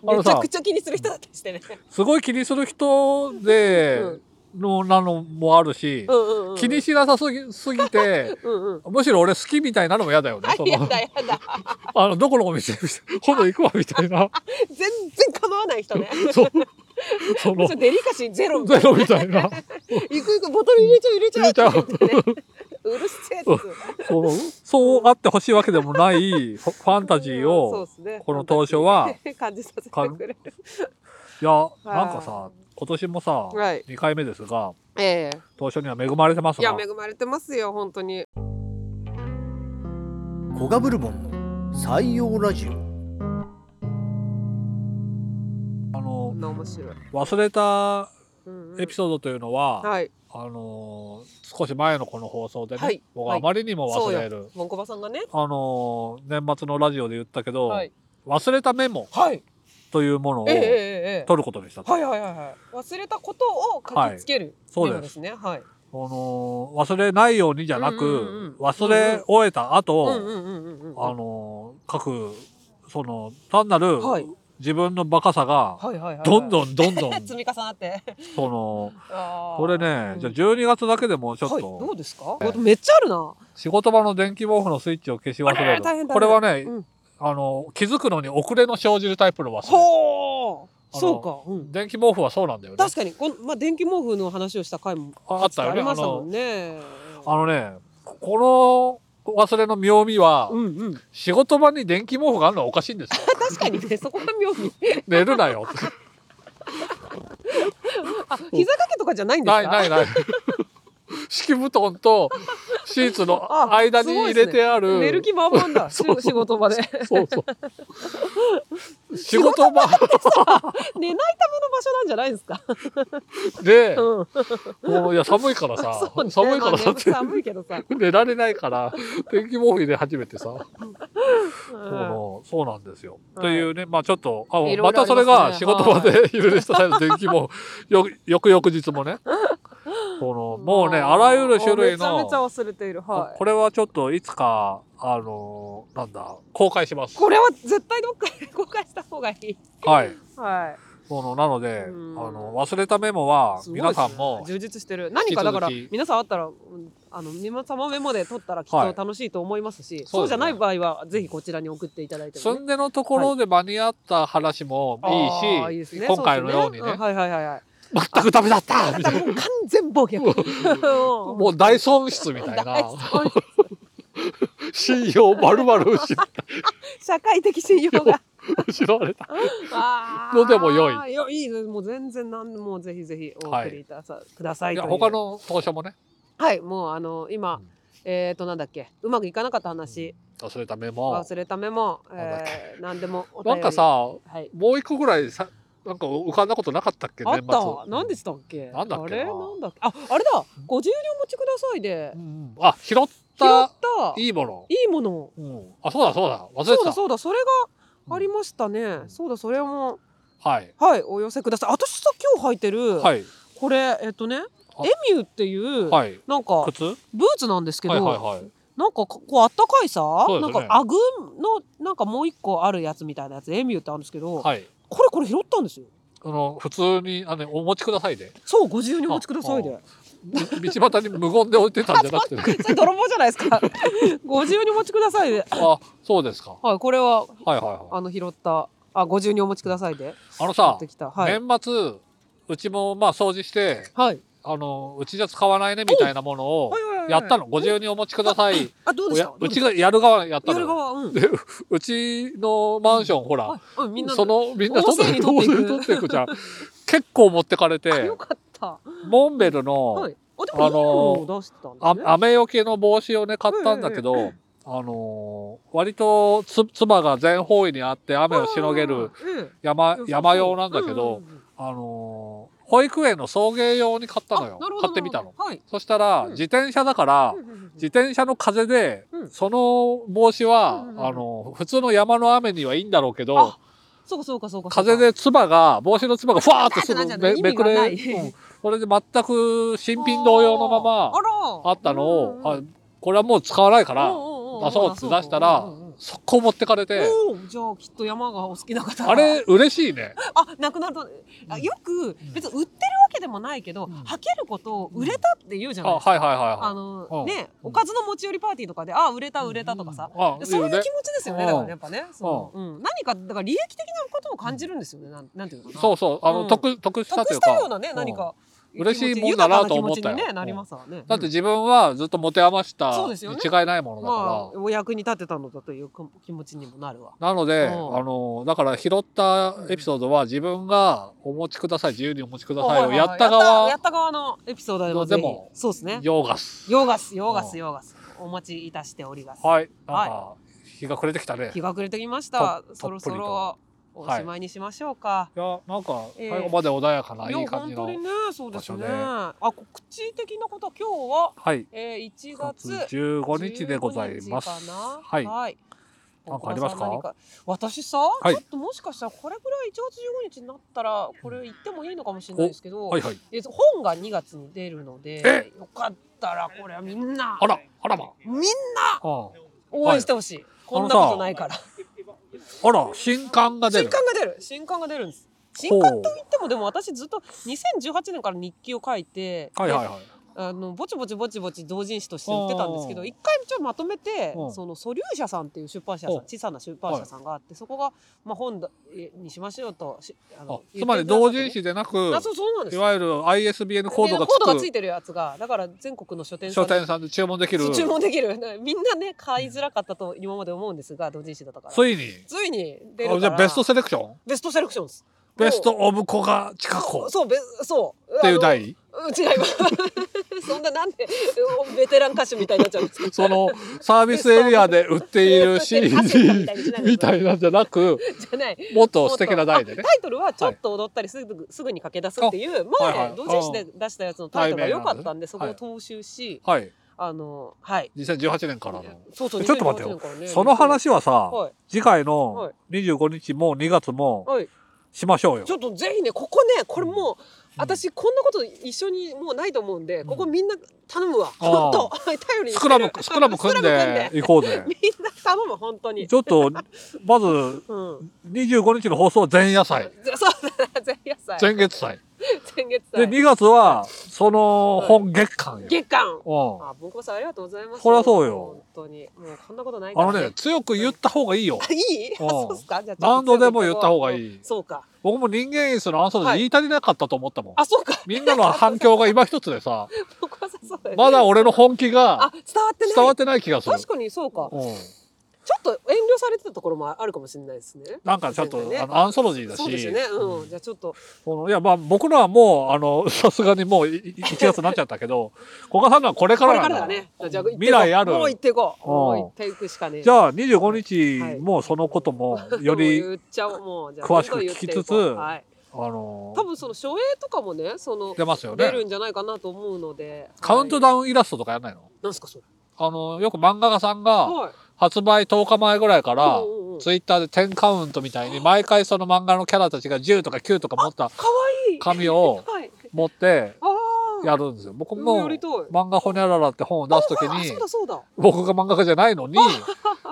Speaker 2: の
Speaker 3: めち
Speaker 2: さ
Speaker 3: ゃくちゃ気にする人だったりしてね、
Speaker 2: すごい気にする人で
Speaker 3: うん
Speaker 2: のなのもあるし
Speaker 3: う、んうんうん、、
Speaker 2: 気にしなさすぎすぎて
Speaker 3: うんうん
Speaker 2: むしろ俺好きみたいなのも嫌だよね
Speaker 3: あ。
Speaker 2: そ
Speaker 3: や
Speaker 2: の
Speaker 3: だやだ
Speaker 2: あのどこのお店今度行くわみたい な、
Speaker 3: 全然構わない人ね
Speaker 2: そうその
Speaker 3: それデリカシーゼロみ
Speaker 2: ゼ
Speaker 3: たいな
Speaker 2: ロみたいな。
Speaker 3: 行く行くボトル入れちゃう入れちゃう
Speaker 2: 入れちゃう
Speaker 3: って 言ってねうるせえっつう
Speaker 2: そのそうあってほしいわけでも ないファンタジーを。
Speaker 3: そうっすね
Speaker 2: この当初 は
Speaker 3: 感じさせてくれる
Speaker 2: いや、
Speaker 3: い
Speaker 2: なんかさ、今年もさ、
Speaker 3: はい
Speaker 2: 2回目ですが、
Speaker 3: ええ
Speaker 2: 当初には恵まれてます
Speaker 3: いや
Speaker 2: が、
Speaker 3: 恵まれてますよ本当に
Speaker 4: コガブルボンの採用ラジオ
Speaker 2: あ
Speaker 3: こ
Speaker 2: の、
Speaker 3: んな面白い、
Speaker 2: 忘れた
Speaker 3: うんうん
Speaker 2: エピソードというのは、
Speaker 3: はい
Speaker 2: あの、少し前のこの放送でね、
Speaker 3: はい
Speaker 2: 僕はあまりにも忘れる、
Speaker 3: モンコバさんがね
Speaker 2: あの、年末のラジオで言ったけど、
Speaker 3: はい
Speaker 2: 忘れたメモ
Speaker 3: はい
Speaker 2: というものを
Speaker 3: ええええ
Speaker 2: 取
Speaker 3: ええ
Speaker 2: ることにしたと。
Speaker 3: はいはいはいはい忘れたことを書きつける、
Speaker 2: そう
Speaker 3: メ
Speaker 2: で
Speaker 3: モ
Speaker 2: す
Speaker 3: ですねはい
Speaker 2: の、忘れないようにじゃなく、
Speaker 3: うんうんうん
Speaker 2: 忘れ終えた後、
Speaker 3: うんうんうんうんうん
Speaker 2: あの、各、その、単なる
Speaker 3: はい
Speaker 2: 自分のバカさが、
Speaker 3: はいはいはい
Speaker 2: どん
Speaker 3: ん
Speaker 2: どんどんどん、
Speaker 3: 積み重な って
Speaker 2: その、こ
Speaker 3: こ
Speaker 2: れね、じゃあ
Speaker 3: ち
Speaker 2: 12月だけでもちょっ
Speaker 3: はい
Speaker 2: と、
Speaker 3: どうですかめっちゃあるな
Speaker 2: 仕事場の電気毛布のスイッチを消し忘
Speaker 3: あ
Speaker 2: れ
Speaker 3: れ大変
Speaker 2: る。
Speaker 3: だ
Speaker 2: これはね、
Speaker 3: うん
Speaker 2: あの、気づくのに遅れの生じるタイプの忘れ。
Speaker 3: ほうそうかうん
Speaker 2: 電気毛布はそうなんだよね。
Speaker 3: 確かにこんまあ電気毛布の話をした回も
Speaker 2: ああったよ
Speaker 3: あ
Speaker 2: ね。
Speaker 3: り
Speaker 2: あ
Speaker 3: ましたも
Speaker 2: の
Speaker 3: ん、ね
Speaker 2: あのね、この忘れの妙味は、
Speaker 3: うんうん
Speaker 2: 仕事場に電気毛布があるのはおかしいんです よ。
Speaker 3: 確かにねそこが妙に
Speaker 2: 寝るなよ。
Speaker 3: あ膝掛けとかじゃないんです
Speaker 2: な
Speaker 3: か
Speaker 2: いないな い。敷布団とシーツの
Speaker 3: あ
Speaker 2: 間に入れてある。
Speaker 3: 寝る気満々だし
Speaker 2: そう
Speaker 3: 仕事場で
Speaker 2: そうそう。仕事場
Speaker 3: 寝ないための場所なんじゃないですか
Speaker 2: で、
Speaker 3: うん
Speaker 2: もういや寒いからさ、
Speaker 3: そうね
Speaker 2: 寒いから
Speaker 3: ま
Speaker 2: さ
Speaker 3: あ
Speaker 2: っ
Speaker 3: ね
Speaker 2: て
Speaker 3: 寒いけ どさ
Speaker 2: 寝られないから天気毛布入れ始めてさ、そうな
Speaker 3: うん
Speaker 2: のそうなんですよ。
Speaker 3: はい
Speaker 2: というねまあちょっとあ
Speaker 3: いろいろ
Speaker 2: またそれ
Speaker 3: あり
Speaker 2: が
Speaker 3: ます
Speaker 2: 仕
Speaker 3: ね
Speaker 2: 事場で 昼寝した際の天気毛布よ翌々日 もねこのもうねあらゆる種類
Speaker 3: めちゃめちゃ
Speaker 2: の
Speaker 3: 忘れているはい
Speaker 2: これはちょっといつかあのなんだ公開します。
Speaker 3: これは絶対どっかで公開した方がいい。
Speaker 2: はい。
Speaker 3: はい。
Speaker 2: そのなのであ
Speaker 3: うん
Speaker 2: の忘れたメモは
Speaker 3: すごいですね
Speaker 2: 皆さんも
Speaker 3: 充実してる。何かだから
Speaker 2: 引き続き
Speaker 3: 皆さんあったらうんあの皆様メモで撮ったらきっ
Speaker 2: はい
Speaker 3: と楽しいと思います
Speaker 2: そう
Speaker 3: し、
Speaker 2: ですね
Speaker 3: そうじゃない場合はぜひこちらに送っていただいても
Speaker 2: 住
Speaker 3: ね。
Speaker 2: んでのところで間に合った話も
Speaker 3: あー
Speaker 2: いい
Speaker 3: です
Speaker 2: し、
Speaker 3: ね
Speaker 2: 今回のように
Speaker 3: そで
Speaker 2: ね
Speaker 3: すん、はいはいはい はい。
Speaker 2: 全くダメだったみたい な。
Speaker 3: もう完全 暴虐。も
Speaker 2: もう大損失みたいな。信用丸々失
Speaker 3: 社会的信用が。
Speaker 2: 失われた。
Speaker 3: あー
Speaker 2: のでも良
Speaker 3: いや。いいです。もう全然なんもうぜひぜひお送りいたさ、くださ
Speaker 2: い
Speaker 3: いと
Speaker 2: や、
Speaker 3: いう。
Speaker 2: 他の当社もね、
Speaker 3: はい、もうあの今、
Speaker 2: うん
Speaker 3: えっ、となんだっけ、うまくいかなかった話、
Speaker 2: 忘れたメモ。
Speaker 3: 忘れたメモ、
Speaker 2: なんだっけ
Speaker 3: えー、何でもお便
Speaker 2: な
Speaker 3: り。
Speaker 2: んかさ、、も
Speaker 3: はい。
Speaker 2: う一個ぐらいさ、なんか浮かんだことなかったっけ
Speaker 3: あ
Speaker 2: 年
Speaker 3: っ
Speaker 2: 末。
Speaker 3: た、何でしたっけ。
Speaker 2: なんだっけな
Speaker 3: あれ、なんだっけ。あ、あれだ、ご重量持ちくださいで
Speaker 2: う、んあ、拾っ、
Speaker 3: 拾ったた。い
Speaker 2: いいもの。
Speaker 3: いもの。
Speaker 2: うんあ、そうだそうだ。忘れ
Speaker 3: そう
Speaker 2: て
Speaker 3: だ、そうだ、それ
Speaker 2: うん
Speaker 3: がありましたね。そうだ、それも、
Speaker 2: た。はい。
Speaker 3: はい、お寄せください。私さ、今日履いてる、
Speaker 2: はい。
Speaker 3: これ、えっとね、エミューっていう、
Speaker 2: はい。
Speaker 3: なんか
Speaker 2: 靴は
Speaker 3: ブーツなんですけ
Speaker 2: い
Speaker 3: ど、
Speaker 2: はいはい。
Speaker 3: なんかこうあったかいさ、
Speaker 2: そうで
Speaker 3: な
Speaker 2: す
Speaker 3: ん
Speaker 2: ね
Speaker 3: かアグのなんかもう一個あるやつみたいなやつエミューってあるんですけど、
Speaker 2: はい。
Speaker 3: これこれ拾ったんですよ
Speaker 2: あの、普通に、あの、お持ちくださいで。
Speaker 3: そうご自由にお持ちください
Speaker 2: あ
Speaker 3: で
Speaker 2: 道端に無言で置いてたんじゃなくてね。
Speaker 3: それ泥棒じゃないですかご自由にお持ちくださいで
Speaker 2: あ、そうですか。
Speaker 3: はいこれは
Speaker 2: はいはいはい。
Speaker 3: あの拾ったあご自由にお持ちくださいで
Speaker 2: あの
Speaker 3: 持
Speaker 2: さ
Speaker 3: って、きたはい、
Speaker 2: 年末うちもまあ掃除して
Speaker 3: はい、
Speaker 2: あのうちじゃ使わないねみたいなものを
Speaker 3: はいはいはいはい
Speaker 2: やったのご自由にお持ちください
Speaker 3: あどう
Speaker 2: お
Speaker 3: でし
Speaker 2: や
Speaker 3: た
Speaker 2: うちがやる側やった
Speaker 3: や
Speaker 2: の
Speaker 3: る
Speaker 2: よ
Speaker 3: 側うん
Speaker 2: でうちのマンションほら
Speaker 3: はいうんみんな
Speaker 2: そのみんな
Speaker 3: 大勢に取って
Speaker 2: 大
Speaker 3: いく
Speaker 2: 勢に取っていくじゃん結構持ってかれ
Speaker 3: あ
Speaker 2: て
Speaker 3: よかった
Speaker 2: モンベルの、
Speaker 3: はいあで
Speaker 2: あの
Speaker 3: もいいのを出したん
Speaker 2: あ
Speaker 3: だね
Speaker 2: 雨よけの帽子をね買ったんだけど、あのー割とつ妻が全方位にあって雨をしのげる
Speaker 3: うん
Speaker 2: 山
Speaker 3: 良さそう
Speaker 2: 山用なんだけど、
Speaker 3: うんうんうん
Speaker 2: あのー保育園の送迎用に買ったの
Speaker 3: あ
Speaker 2: よ
Speaker 3: なるほど
Speaker 2: 買ってみたの。
Speaker 3: はい
Speaker 2: そしたら、
Speaker 3: うん
Speaker 2: 自転車だから、
Speaker 3: うんうんうん
Speaker 2: 自転車の風で、
Speaker 3: うん
Speaker 2: その帽子は、
Speaker 3: うんうんうん
Speaker 2: あの普通の山の雨にはいいんだろうけど
Speaker 3: あそうかそうかそうかそうか
Speaker 2: 風でつばが帽子のつばがふわーってす
Speaker 3: ふわーってな
Speaker 2: ぐ
Speaker 3: んじゃない
Speaker 2: めめくれ、
Speaker 3: 意味がない
Speaker 2: うんそれで全く新品同様のまま
Speaker 3: あら
Speaker 2: あったのを、
Speaker 3: うんうん
Speaker 2: あこれはもう使わないから、出
Speaker 3: 出
Speaker 2: そうって出したら速攻持ってかれて、
Speaker 3: おーじゃあきっと山がお好きな方
Speaker 2: あれ嬉しいね。
Speaker 3: あなくなるとあよく
Speaker 2: ん
Speaker 3: 別に売ってるわけでもないけど
Speaker 2: うん
Speaker 3: 履けることを売れたって言うじゃ
Speaker 2: あ
Speaker 3: ない
Speaker 2: はい
Speaker 3: ですか
Speaker 2: はいはい
Speaker 3: あ
Speaker 2: はう
Speaker 3: の
Speaker 2: ん
Speaker 3: ね
Speaker 2: うん
Speaker 3: おかずの持ち寄りパーティーとかであ売れた
Speaker 2: い。
Speaker 3: 売れたとかさ
Speaker 2: うん、あ
Speaker 3: そういう
Speaker 2: いいよね
Speaker 3: 気持ちですよね
Speaker 2: うん
Speaker 3: だからやっぱねそのうん何かだから利益的なことを感じるんですよねなんなんていうのかな
Speaker 2: そうそう、あの、
Speaker 3: うん
Speaker 2: 得、得した
Speaker 3: 得
Speaker 2: とい
Speaker 3: し
Speaker 2: うか。
Speaker 3: たようなね何か
Speaker 2: うん嬉しいもんだなと思ったよ
Speaker 3: 豊かな気持ちにねなりますわね
Speaker 2: うん。だって自分はずっと持て余した
Speaker 3: そう
Speaker 2: に
Speaker 3: ですよね
Speaker 2: 違いないものだ
Speaker 3: ま
Speaker 2: か
Speaker 3: あお役に立てたのだというか気持ちにもなるわ。
Speaker 2: ら。なので、あ
Speaker 3: うん
Speaker 2: の、だから拾ったエピソードは自分がお持ちください、自由にお持ちくださいを
Speaker 3: はい
Speaker 2: や
Speaker 3: はいはい
Speaker 2: った
Speaker 3: や
Speaker 2: 側
Speaker 3: っ、た側のエピソードでもぜひ
Speaker 2: でも
Speaker 3: そうですね。
Speaker 2: ヨーガス。
Speaker 3: ヨガスヨガ
Speaker 2: う
Speaker 3: ス
Speaker 2: ん
Speaker 3: ヨガスお待ちいたしております。
Speaker 2: はい。なんか、日が暮れてきたね。い
Speaker 3: 日が暮れてきました。
Speaker 2: と
Speaker 3: そろそ
Speaker 2: とっぷりと
Speaker 3: ろおしまいにしましょうか。
Speaker 2: や、なんか、
Speaker 3: えー
Speaker 2: 最後まで穏やかな、
Speaker 3: いや
Speaker 2: いい感
Speaker 3: 本
Speaker 2: じ
Speaker 3: 当
Speaker 2: の
Speaker 3: に。ねそうです
Speaker 2: 場
Speaker 3: ね。
Speaker 2: 所で
Speaker 3: あ告知的なことは今日は
Speaker 2: はい。
Speaker 3: えー1
Speaker 2: 9月
Speaker 3: 月
Speaker 2: 15日でございます。
Speaker 3: 15日かな
Speaker 2: はい。
Speaker 3: はい。
Speaker 2: なんかありますか
Speaker 3: 小倉さん何私さ、
Speaker 2: い
Speaker 3: ちょっともしかしたらこれぐらい1月15日になったらこれ言ってもいいのかもしれないですけど、
Speaker 2: はいはい。
Speaker 3: え本が2月に出るのでよかったらこれはみんな
Speaker 2: あら、あらま。
Speaker 3: みんな
Speaker 2: あ
Speaker 3: 応援してほしい、こんなことないから
Speaker 2: ああら、新刊が出
Speaker 3: 新
Speaker 2: る。
Speaker 3: 刊が出る新刊が出るんです新刊といってもでも私ずっと2018年から日記を書いて、
Speaker 2: はいはい
Speaker 3: で
Speaker 2: はい。
Speaker 3: あのぼちぼちぼちぼち同人誌として売ってたんですけど
Speaker 2: うん
Speaker 3: 一回ちょっとまとめて
Speaker 2: うん
Speaker 3: そのソリュー社さんっていう出版社さん
Speaker 2: うん
Speaker 3: 小さな出版社さんがあってそこが、まあ、本だえにしましょうとしあ
Speaker 2: あ
Speaker 3: の
Speaker 2: つまり
Speaker 3: 言っ
Speaker 2: 同
Speaker 3: てくださってね
Speaker 2: 人誌でなく
Speaker 3: あ、そうそうなんで
Speaker 2: い
Speaker 3: す
Speaker 2: わゆる ISBN コードが
Speaker 3: コードがつ
Speaker 2: つ
Speaker 3: いてるやつがだから全国の書
Speaker 2: く
Speaker 3: 店さ
Speaker 2: 書
Speaker 3: んで
Speaker 2: 店さんで注文できる。
Speaker 3: 注文できる なみんなね買いづらかったと今まで思うんですが同人誌だったから
Speaker 2: ついに。
Speaker 3: ついに出るか
Speaker 2: あ
Speaker 3: ら
Speaker 2: じゃあベストセレクション
Speaker 3: ベストセレクションです
Speaker 2: ベストオブコガチカコ
Speaker 3: もう
Speaker 2: っ
Speaker 3: そうべそうって
Speaker 2: いう題
Speaker 3: 違います そんななんでベテラン歌手みたいになっちゃうんですか
Speaker 2: そのサービスエリアで売っている CD みたいなんじゃなく
Speaker 3: じゃない
Speaker 2: もっと素敵な題で
Speaker 3: あ
Speaker 2: ね
Speaker 3: タイトルは「ちょっと踊ったりすぐ,、すぐに駆け出す」っていう前、
Speaker 2: はいはい
Speaker 3: 同人誌で出したやつのタイトルが良かったんでそこを踏襲し、
Speaker 2: はい
Speaker 3: あのはい
Speaker 2: 2018年からの
Speaker 3: そうそう
Speaker 2: えちょっと待ってよ
Speaker 3: 2018年からね
Speaker 2: その話はさ
Speaker 3: はい
Speaker 2: 次回
Speaker 3: は
Speaker 2: の
Speaker 3: い
Speaker 2: 25日も2月も
Speaker 3: はい
Speaker 2: しましょうよ
Speaker 3: ちょっとぜひねここねこれもう、私こんなこと一緒にもうないと思うんでここみんな頼むわ、
Speaker 2: あ
Speaker 3: ほん、本当 頼りに
Speaker 2: ス
Speaker 3: してる
Speaker 2: クラ ムスクラム組んでいこうぜ
Speaker 3: みんな頼む本当に
Speaker 2: ちょっとまず
Speaker 3: うん
Speaker 2: 25日の放送は前夜祭
Speaker 3: じゃそうだな前夜祭
Speaker 2: 前月祭
Speaker 3: 前月
Speaker 2: で
Speaker 3: 祭
Speaker 2: 2月はその本月間よ
Speaker 3: 月間
Speaker 2: うん
Speaker 3: あ文庫さんありがとうございます
Speaker 2: そりゃそうよ
Speaker 3: 本当にもうこんなことないか
Speaker 2: あ
Speaker 3: ら
Speaker 2: のね、強く言った方がいいよ。
Speaker 3: いいあ
Speaker 2: うん
Speaker 3: そうっすかじゃあちょっと
Speaker 2: 何度でも言った方がいい
Speaker 3: そうか
Speaker 2: 僕も人間演出のアンソロジー言い足りなかったと思ったもん。
Speaker 3: あそうか
Speaker 2: みんなの反響が今一つでさ、
Speaker 3: 文庫さんそうだよね
Speaker 2: まだ俺の本気
Speaker 3: あ
Speaker 2: が
Speaker 3: 伝わってない
Speaker 2: 伝わってない気がする。
Speaker 3: 確かにそうか
Speaker 2: うん、
Speaker 3: ちょっと遠慮されてたところもあるかもしれないですね
Speaker 2: なんかちょっと、
Speaker 3: そうで
Speaker 2: あ
Speaker 3: すよね
Speaker 2: のアンソロジーだし、
Speaker 3: そうですよねうんじゃあちょっと
Speaker 2: このいやまあ僕のはもうあの さすがにもういい1月になっちゃったけど、 古賀さんのはこれか
Speaker 3: こ
Speaker 2: ら
Speaker 3: れ
Speaker 2: な
Speaker 3: か
Speaker 2: ん
Speaker 3: らだ
Speaker 2: だ。
Speaker 3: ねじゃあ行っていこう
Speaker 2: 未来ある
Speaker 3: もう行っていこう
Speaker 2: うん
Speaker 3: もう行っていくしかねえ
Speaker 2: じゃあ25日もそのこと もより、
Speaker 3: もう言っちゃおうもうじゃあ
Speaker 2: 詳しく
Speaker 3: どんどん言っていこう
Speaker 2: 聞きつつ
Speaker 3: はい
Speaker 2: あの
Speaker 3: 多分その初映とかもねその
Speaker 2: 出ますよ
Speaker 3: 出
Speaker 2: ね。
Speaker 3: るんじゃないかなと思うので
Speaker 2: カウント
Speaker 3: ウン
Speaker 2: ダウンイラストとかやんないの
Speaker 3: なんすかそれ
Speaker 2: あの、よく漫画家さんが、
Speaker 3: はい
Speaker 2: 発売10日前ぐらいから
Speaker 3: うんうんうん、
Speaker 2: ツイッターで10カウントみたいに、毎回その漫画のキャラたちが10とか9とか持った
Speaker 3: かわいい
Speaker 2: 紙を
Speaker 3: はい
Speaker 2: 持って
Speaker 3: ああ
Speaker 2: やるんですよ。僕
Speaker 3: うん
Speaker 2: も
Speaker 3: やりたい
Speaker 2: 漫画ほにゃららって本を出すとき
Speaker 3: あ
Speaker 2: に
Speaker 3: そう、だそうだ
Speaker 2: 僕が漫画家じゃないの に、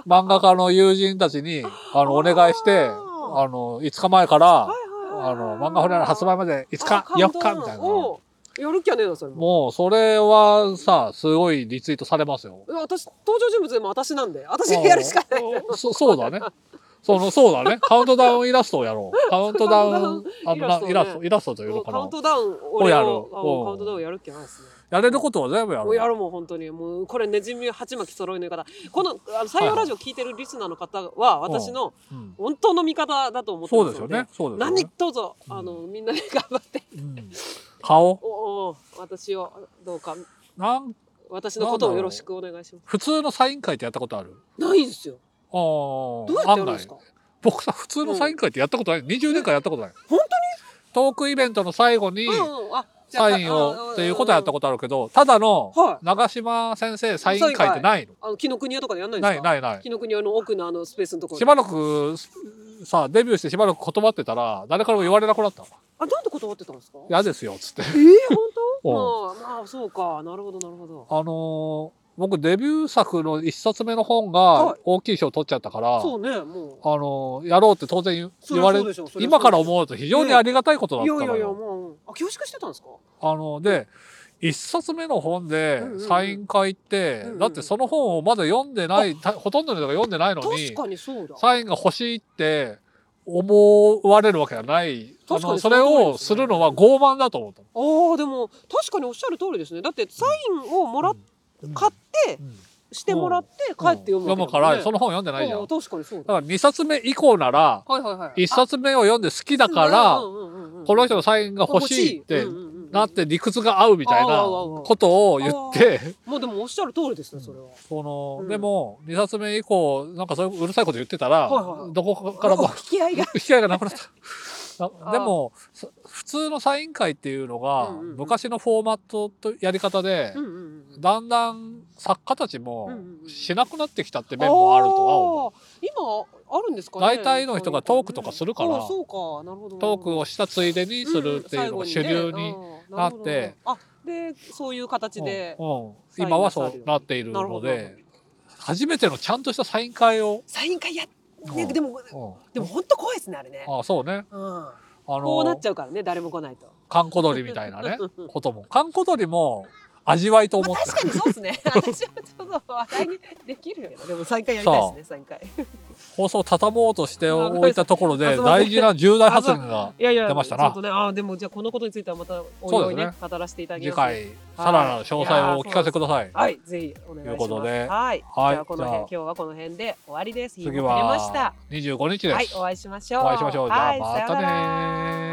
Speaker 2: 漫画家の友人たちに、あの、お願いして、
Speaker 3: あ
Speaker 2: あの、5日前から、
Speaker 3: はいはいはい
Speaker 2: あの、漫画ほにゃらら発売まで5日、4日みたいな。
Speaker 3: おやるっきゃねえなそれも
Speaker 2: もう、それはさ、すごいリツイートされますよ。
Speaker 3: うわ私登場人物でも私なんで私 がやるしかない
Speaker 2: うんそ そうだね。そのそうだね。カウントダウンイラストをやろ う。カウントダウン
Speaker 3: カウ
Speaker 2: あの
Speaker 3: ントダウン
Speaker 2: なイ
Speaker 3: イラ
Speaker 2: ラス
Speaker 3: スト
Speaker 2: トイラストという
Speaker 3: も
Speaker 2: の
Speaker 3: う
Speaker 2: か
Speaker 3: カウ
Speaker 2: な
Speaker 3: ン。トダウン俺
Speaker 2: やる
Speaker 3: をあもう
Speaker 2: うん
Speaker 3: カウントダウンやるっきゃないですね
Speaker 2: やれることは全部やろ
Speaker 3: もう
Speaker 2: う。
Speaker 3: やろうもう本当にもうこれねじみ鉢巻き揃いの方このあの採用ラジオ聞いてるリスナーの方は
Speaker 2: うん
Speaker 3: 私の
Speaker 2: うん
Speaker 3: 本当の味方だと思って
Speaker 2: そう
Speaker 3: ま
Speaker 2: ですす
Speaker 3: の
Speaker 2: よ
Speaker 3: で
Speaker 2: ね。そうですよ
Speaker 3: 何
Speaker 2: ね。
Speaker 3: どうぞ
Speaker 2: うん
Speaker 3: あのみんなで頑張って
Speaker 2: うん顔
Speaker 3: おお私をどうか
Speaker 2: なん
Speaker 3: 私のことをよろしくお願いしま
Speaker 2: 普通のサイン会ってやったことある？
Speaker 3: すないですよ
Speaker 2: あー
Speaker 3: どうやってやるんですか
Speaker 2: 案外僕さ普通のサイン会ってやったことない。20年間やったことない。
Speaker 3: 本
Speaker 2: 当に？トークイベントの最後に
Speaker 3: うんうんあじゃあ
Speaker 2: サインをっていうことはやったことあるけど、ただの
Speaker 3: はい
Speaker 2: 長島先生サイン会ってないの？
Speaker 3: あの紀ノ国屋とかでやんないんです
Speaker 2: な
Speaker 3: か
Speaker 2: いないない。
Speaker 3: 紀ノ国屋の奥のあのスペースのとこ
Speaker 2: し
Speaker 3: ろ
Speaker 2: ばらくすさデビューしてしばらく断ってたら誰からも言われなくなった
Speaker 3: あなんで断ってたんですか
Speaker 2: 嫌ですよっつって
Speaker 3: ええ 本当まあまあそうかなるほどなるほど
Speaker 2: あのー僕デビュー作の一冊目の本
Speaker 3: は
Speaker 2: が
Speaker 3: い
Speaker 2: 大きい賞取っちゃったから、
Speaker 3: そうねもう
Speaker 2: あのーやろうって当然言
Speaker 3: そり
Speaker 2: 言
Speaker 3: ゃ
Speaker 2: われ
Speaker 3: そうでしょそりゃそ
Speaker 2: 今
Speaker 3: うでしょ
Speaker 2: から思うと非常にありがたいことだっ
Speaker 3: い
Speaker 2: た
Speaker 3: や
Speaker 2: の
Speaker 3: い
Speaker 2: よ、
Speaker 3: やいやもうあ恐縮してたんですか
Speaker 2: あので一冊目の本で
Speaker 3: うんうんうん
Speaker 2: サイン会って、
Speaker 3: うんうん
Speaker 2: だってその本をまだ読んでない、たほとんどの人が読んでないのに
Speaker 3: 確かにそうだ
Speaker 2: サインが欲しいって思われるわけがないあ
Speaker 3: 確か
Speaker 2: の
Speaker 3: に
Speaker 2: それ
Speaker 3: その
Speaker 2: を
Speaker 3: 通りですね
Speaker 2: するのは傲慢だと思った
Speaker 3: あーでも確かにおっしゃる通りですねだってサインをもらっ
Speaker 2: うん
Speaker 3: 買って
Speaker 2: うん
Speaker 3: してもらって帰って読むわけだもんね
Speaker 2: からその本読んでないじゃん
Speaker 3: うん
Speaker 2: だ
Speaker 3: 確かにそうだ
Speaker 2: から2冊目以降なら
Speaker 3: はいはいはい
Speaker 2: 1冊目を読んで好きだからこの人のサインが欲しいってなってて理屈が合うみたいなことを言って
Speaker 3: もうでもおっしゃる通りですねそれは
Speaker 2: その
Speaker 3: うん
Speaker 2: でも2冊目以降なんかそういううるさいこと言ってたら
Speaker 3: はいはい
Speaker 2: どこから
Speaker 3: お
Speaker 2: も
Speaker 3: 引き合いが
Speaker 2: 引き合いがなくなった
Speaker 3: あー
Speaker 2: な。でもそ普通のサイン会っていうのが
Speaker 3: うんうんうん
Speaker 2: 昔のフォーマットとやり方で
Speaker 3: うんうんうん
Speaker 2: だんだん作家たち
Speaker 3: うんう
Speaker 2: も
Speaker 3: んうん
Speaker 2: しなくなってきたって面もあるとは思う。
Speaker 3: あー今あるんですかね
Speaker 2: 大体の人がトークとかするから
Speaker 3: あーそうかなるほど
Speaker 2: トークをしたついでにするっていうのが主流になって
Speaker 3: あでそういう形で
Speaker 2: うんうん今はそうなっているので初めてのちゃんとしたサイン会を、
Speaker 3: サイン会や
Speaker 2: うん
Speaker 3: ねでも
Speaker 2: うん
Speaker 3: でも本当怖いですねあれね
Speaker 2: あそうね
Speaker 3: うん
Speaker 2: あ
Speaker 3: こうなっ
Speaker 2: の
Speaker 3: ちゃうからね誰も来ないと
Speaker 2: 閑古鳥みたいなね
Speaker 3: うんうん
Speaker 2: ことも閑古鳥も味わいと思
Speaker 3: ま
Speaker 2: っ
Speaker 3: あ
Speaker 2: てる、
Speaker 3: 確かにそうです ね私はちょっと話題にできるよねでもサイン会やりたいですねサイン会
Speaker 2: 放送を畳もうとしておいたところ
Speaker 3: あ
Speaker 2: です
Speaker 3: いません
Speaker 2: 大事な重大発言が
Speaker 3: いやいや
Speaker 2: 出ましたな
Speaker 3: ちょっとねあーでもじゃあこのことについてはまた
Speaker 2: そう
Speaker 3: お
Speaker 2: で
Speaker 3: いおい
Speaker 2: す
Speaker 3: ね
Speaker 2: ね
Speaker 3: 語らせていただき
Speaker 2: 次
Speaker 3: ます
Speaker 2: 回さらなる詳細をお聞かせください。
Speaker 3: はい、ぜひお願いします。
Speaker 2: ということで
Speaker 3: はい、
Speaker 2: はい
Speaker 3: じゃあこ
Speaker 2: じ
Speaker 3: の辺
Speaker 2: ゃあ
Speaker 3: 今日はこの辺で終わりです。
Speaker 2: 次
Speaker 3: いいものが出ました
Speaker 2: は。25日です。
Speaker 3: はい、お会いしましょう。
Speaker 2: お会いしましょう。じゃあ
Speaker 3: はい
Speaker 2: ま
Speaker 3: さよ
Speaker 2: た
Speaker 3: う
Speaker 2: ね
Speaker 3: なら
Speaker 2: ー。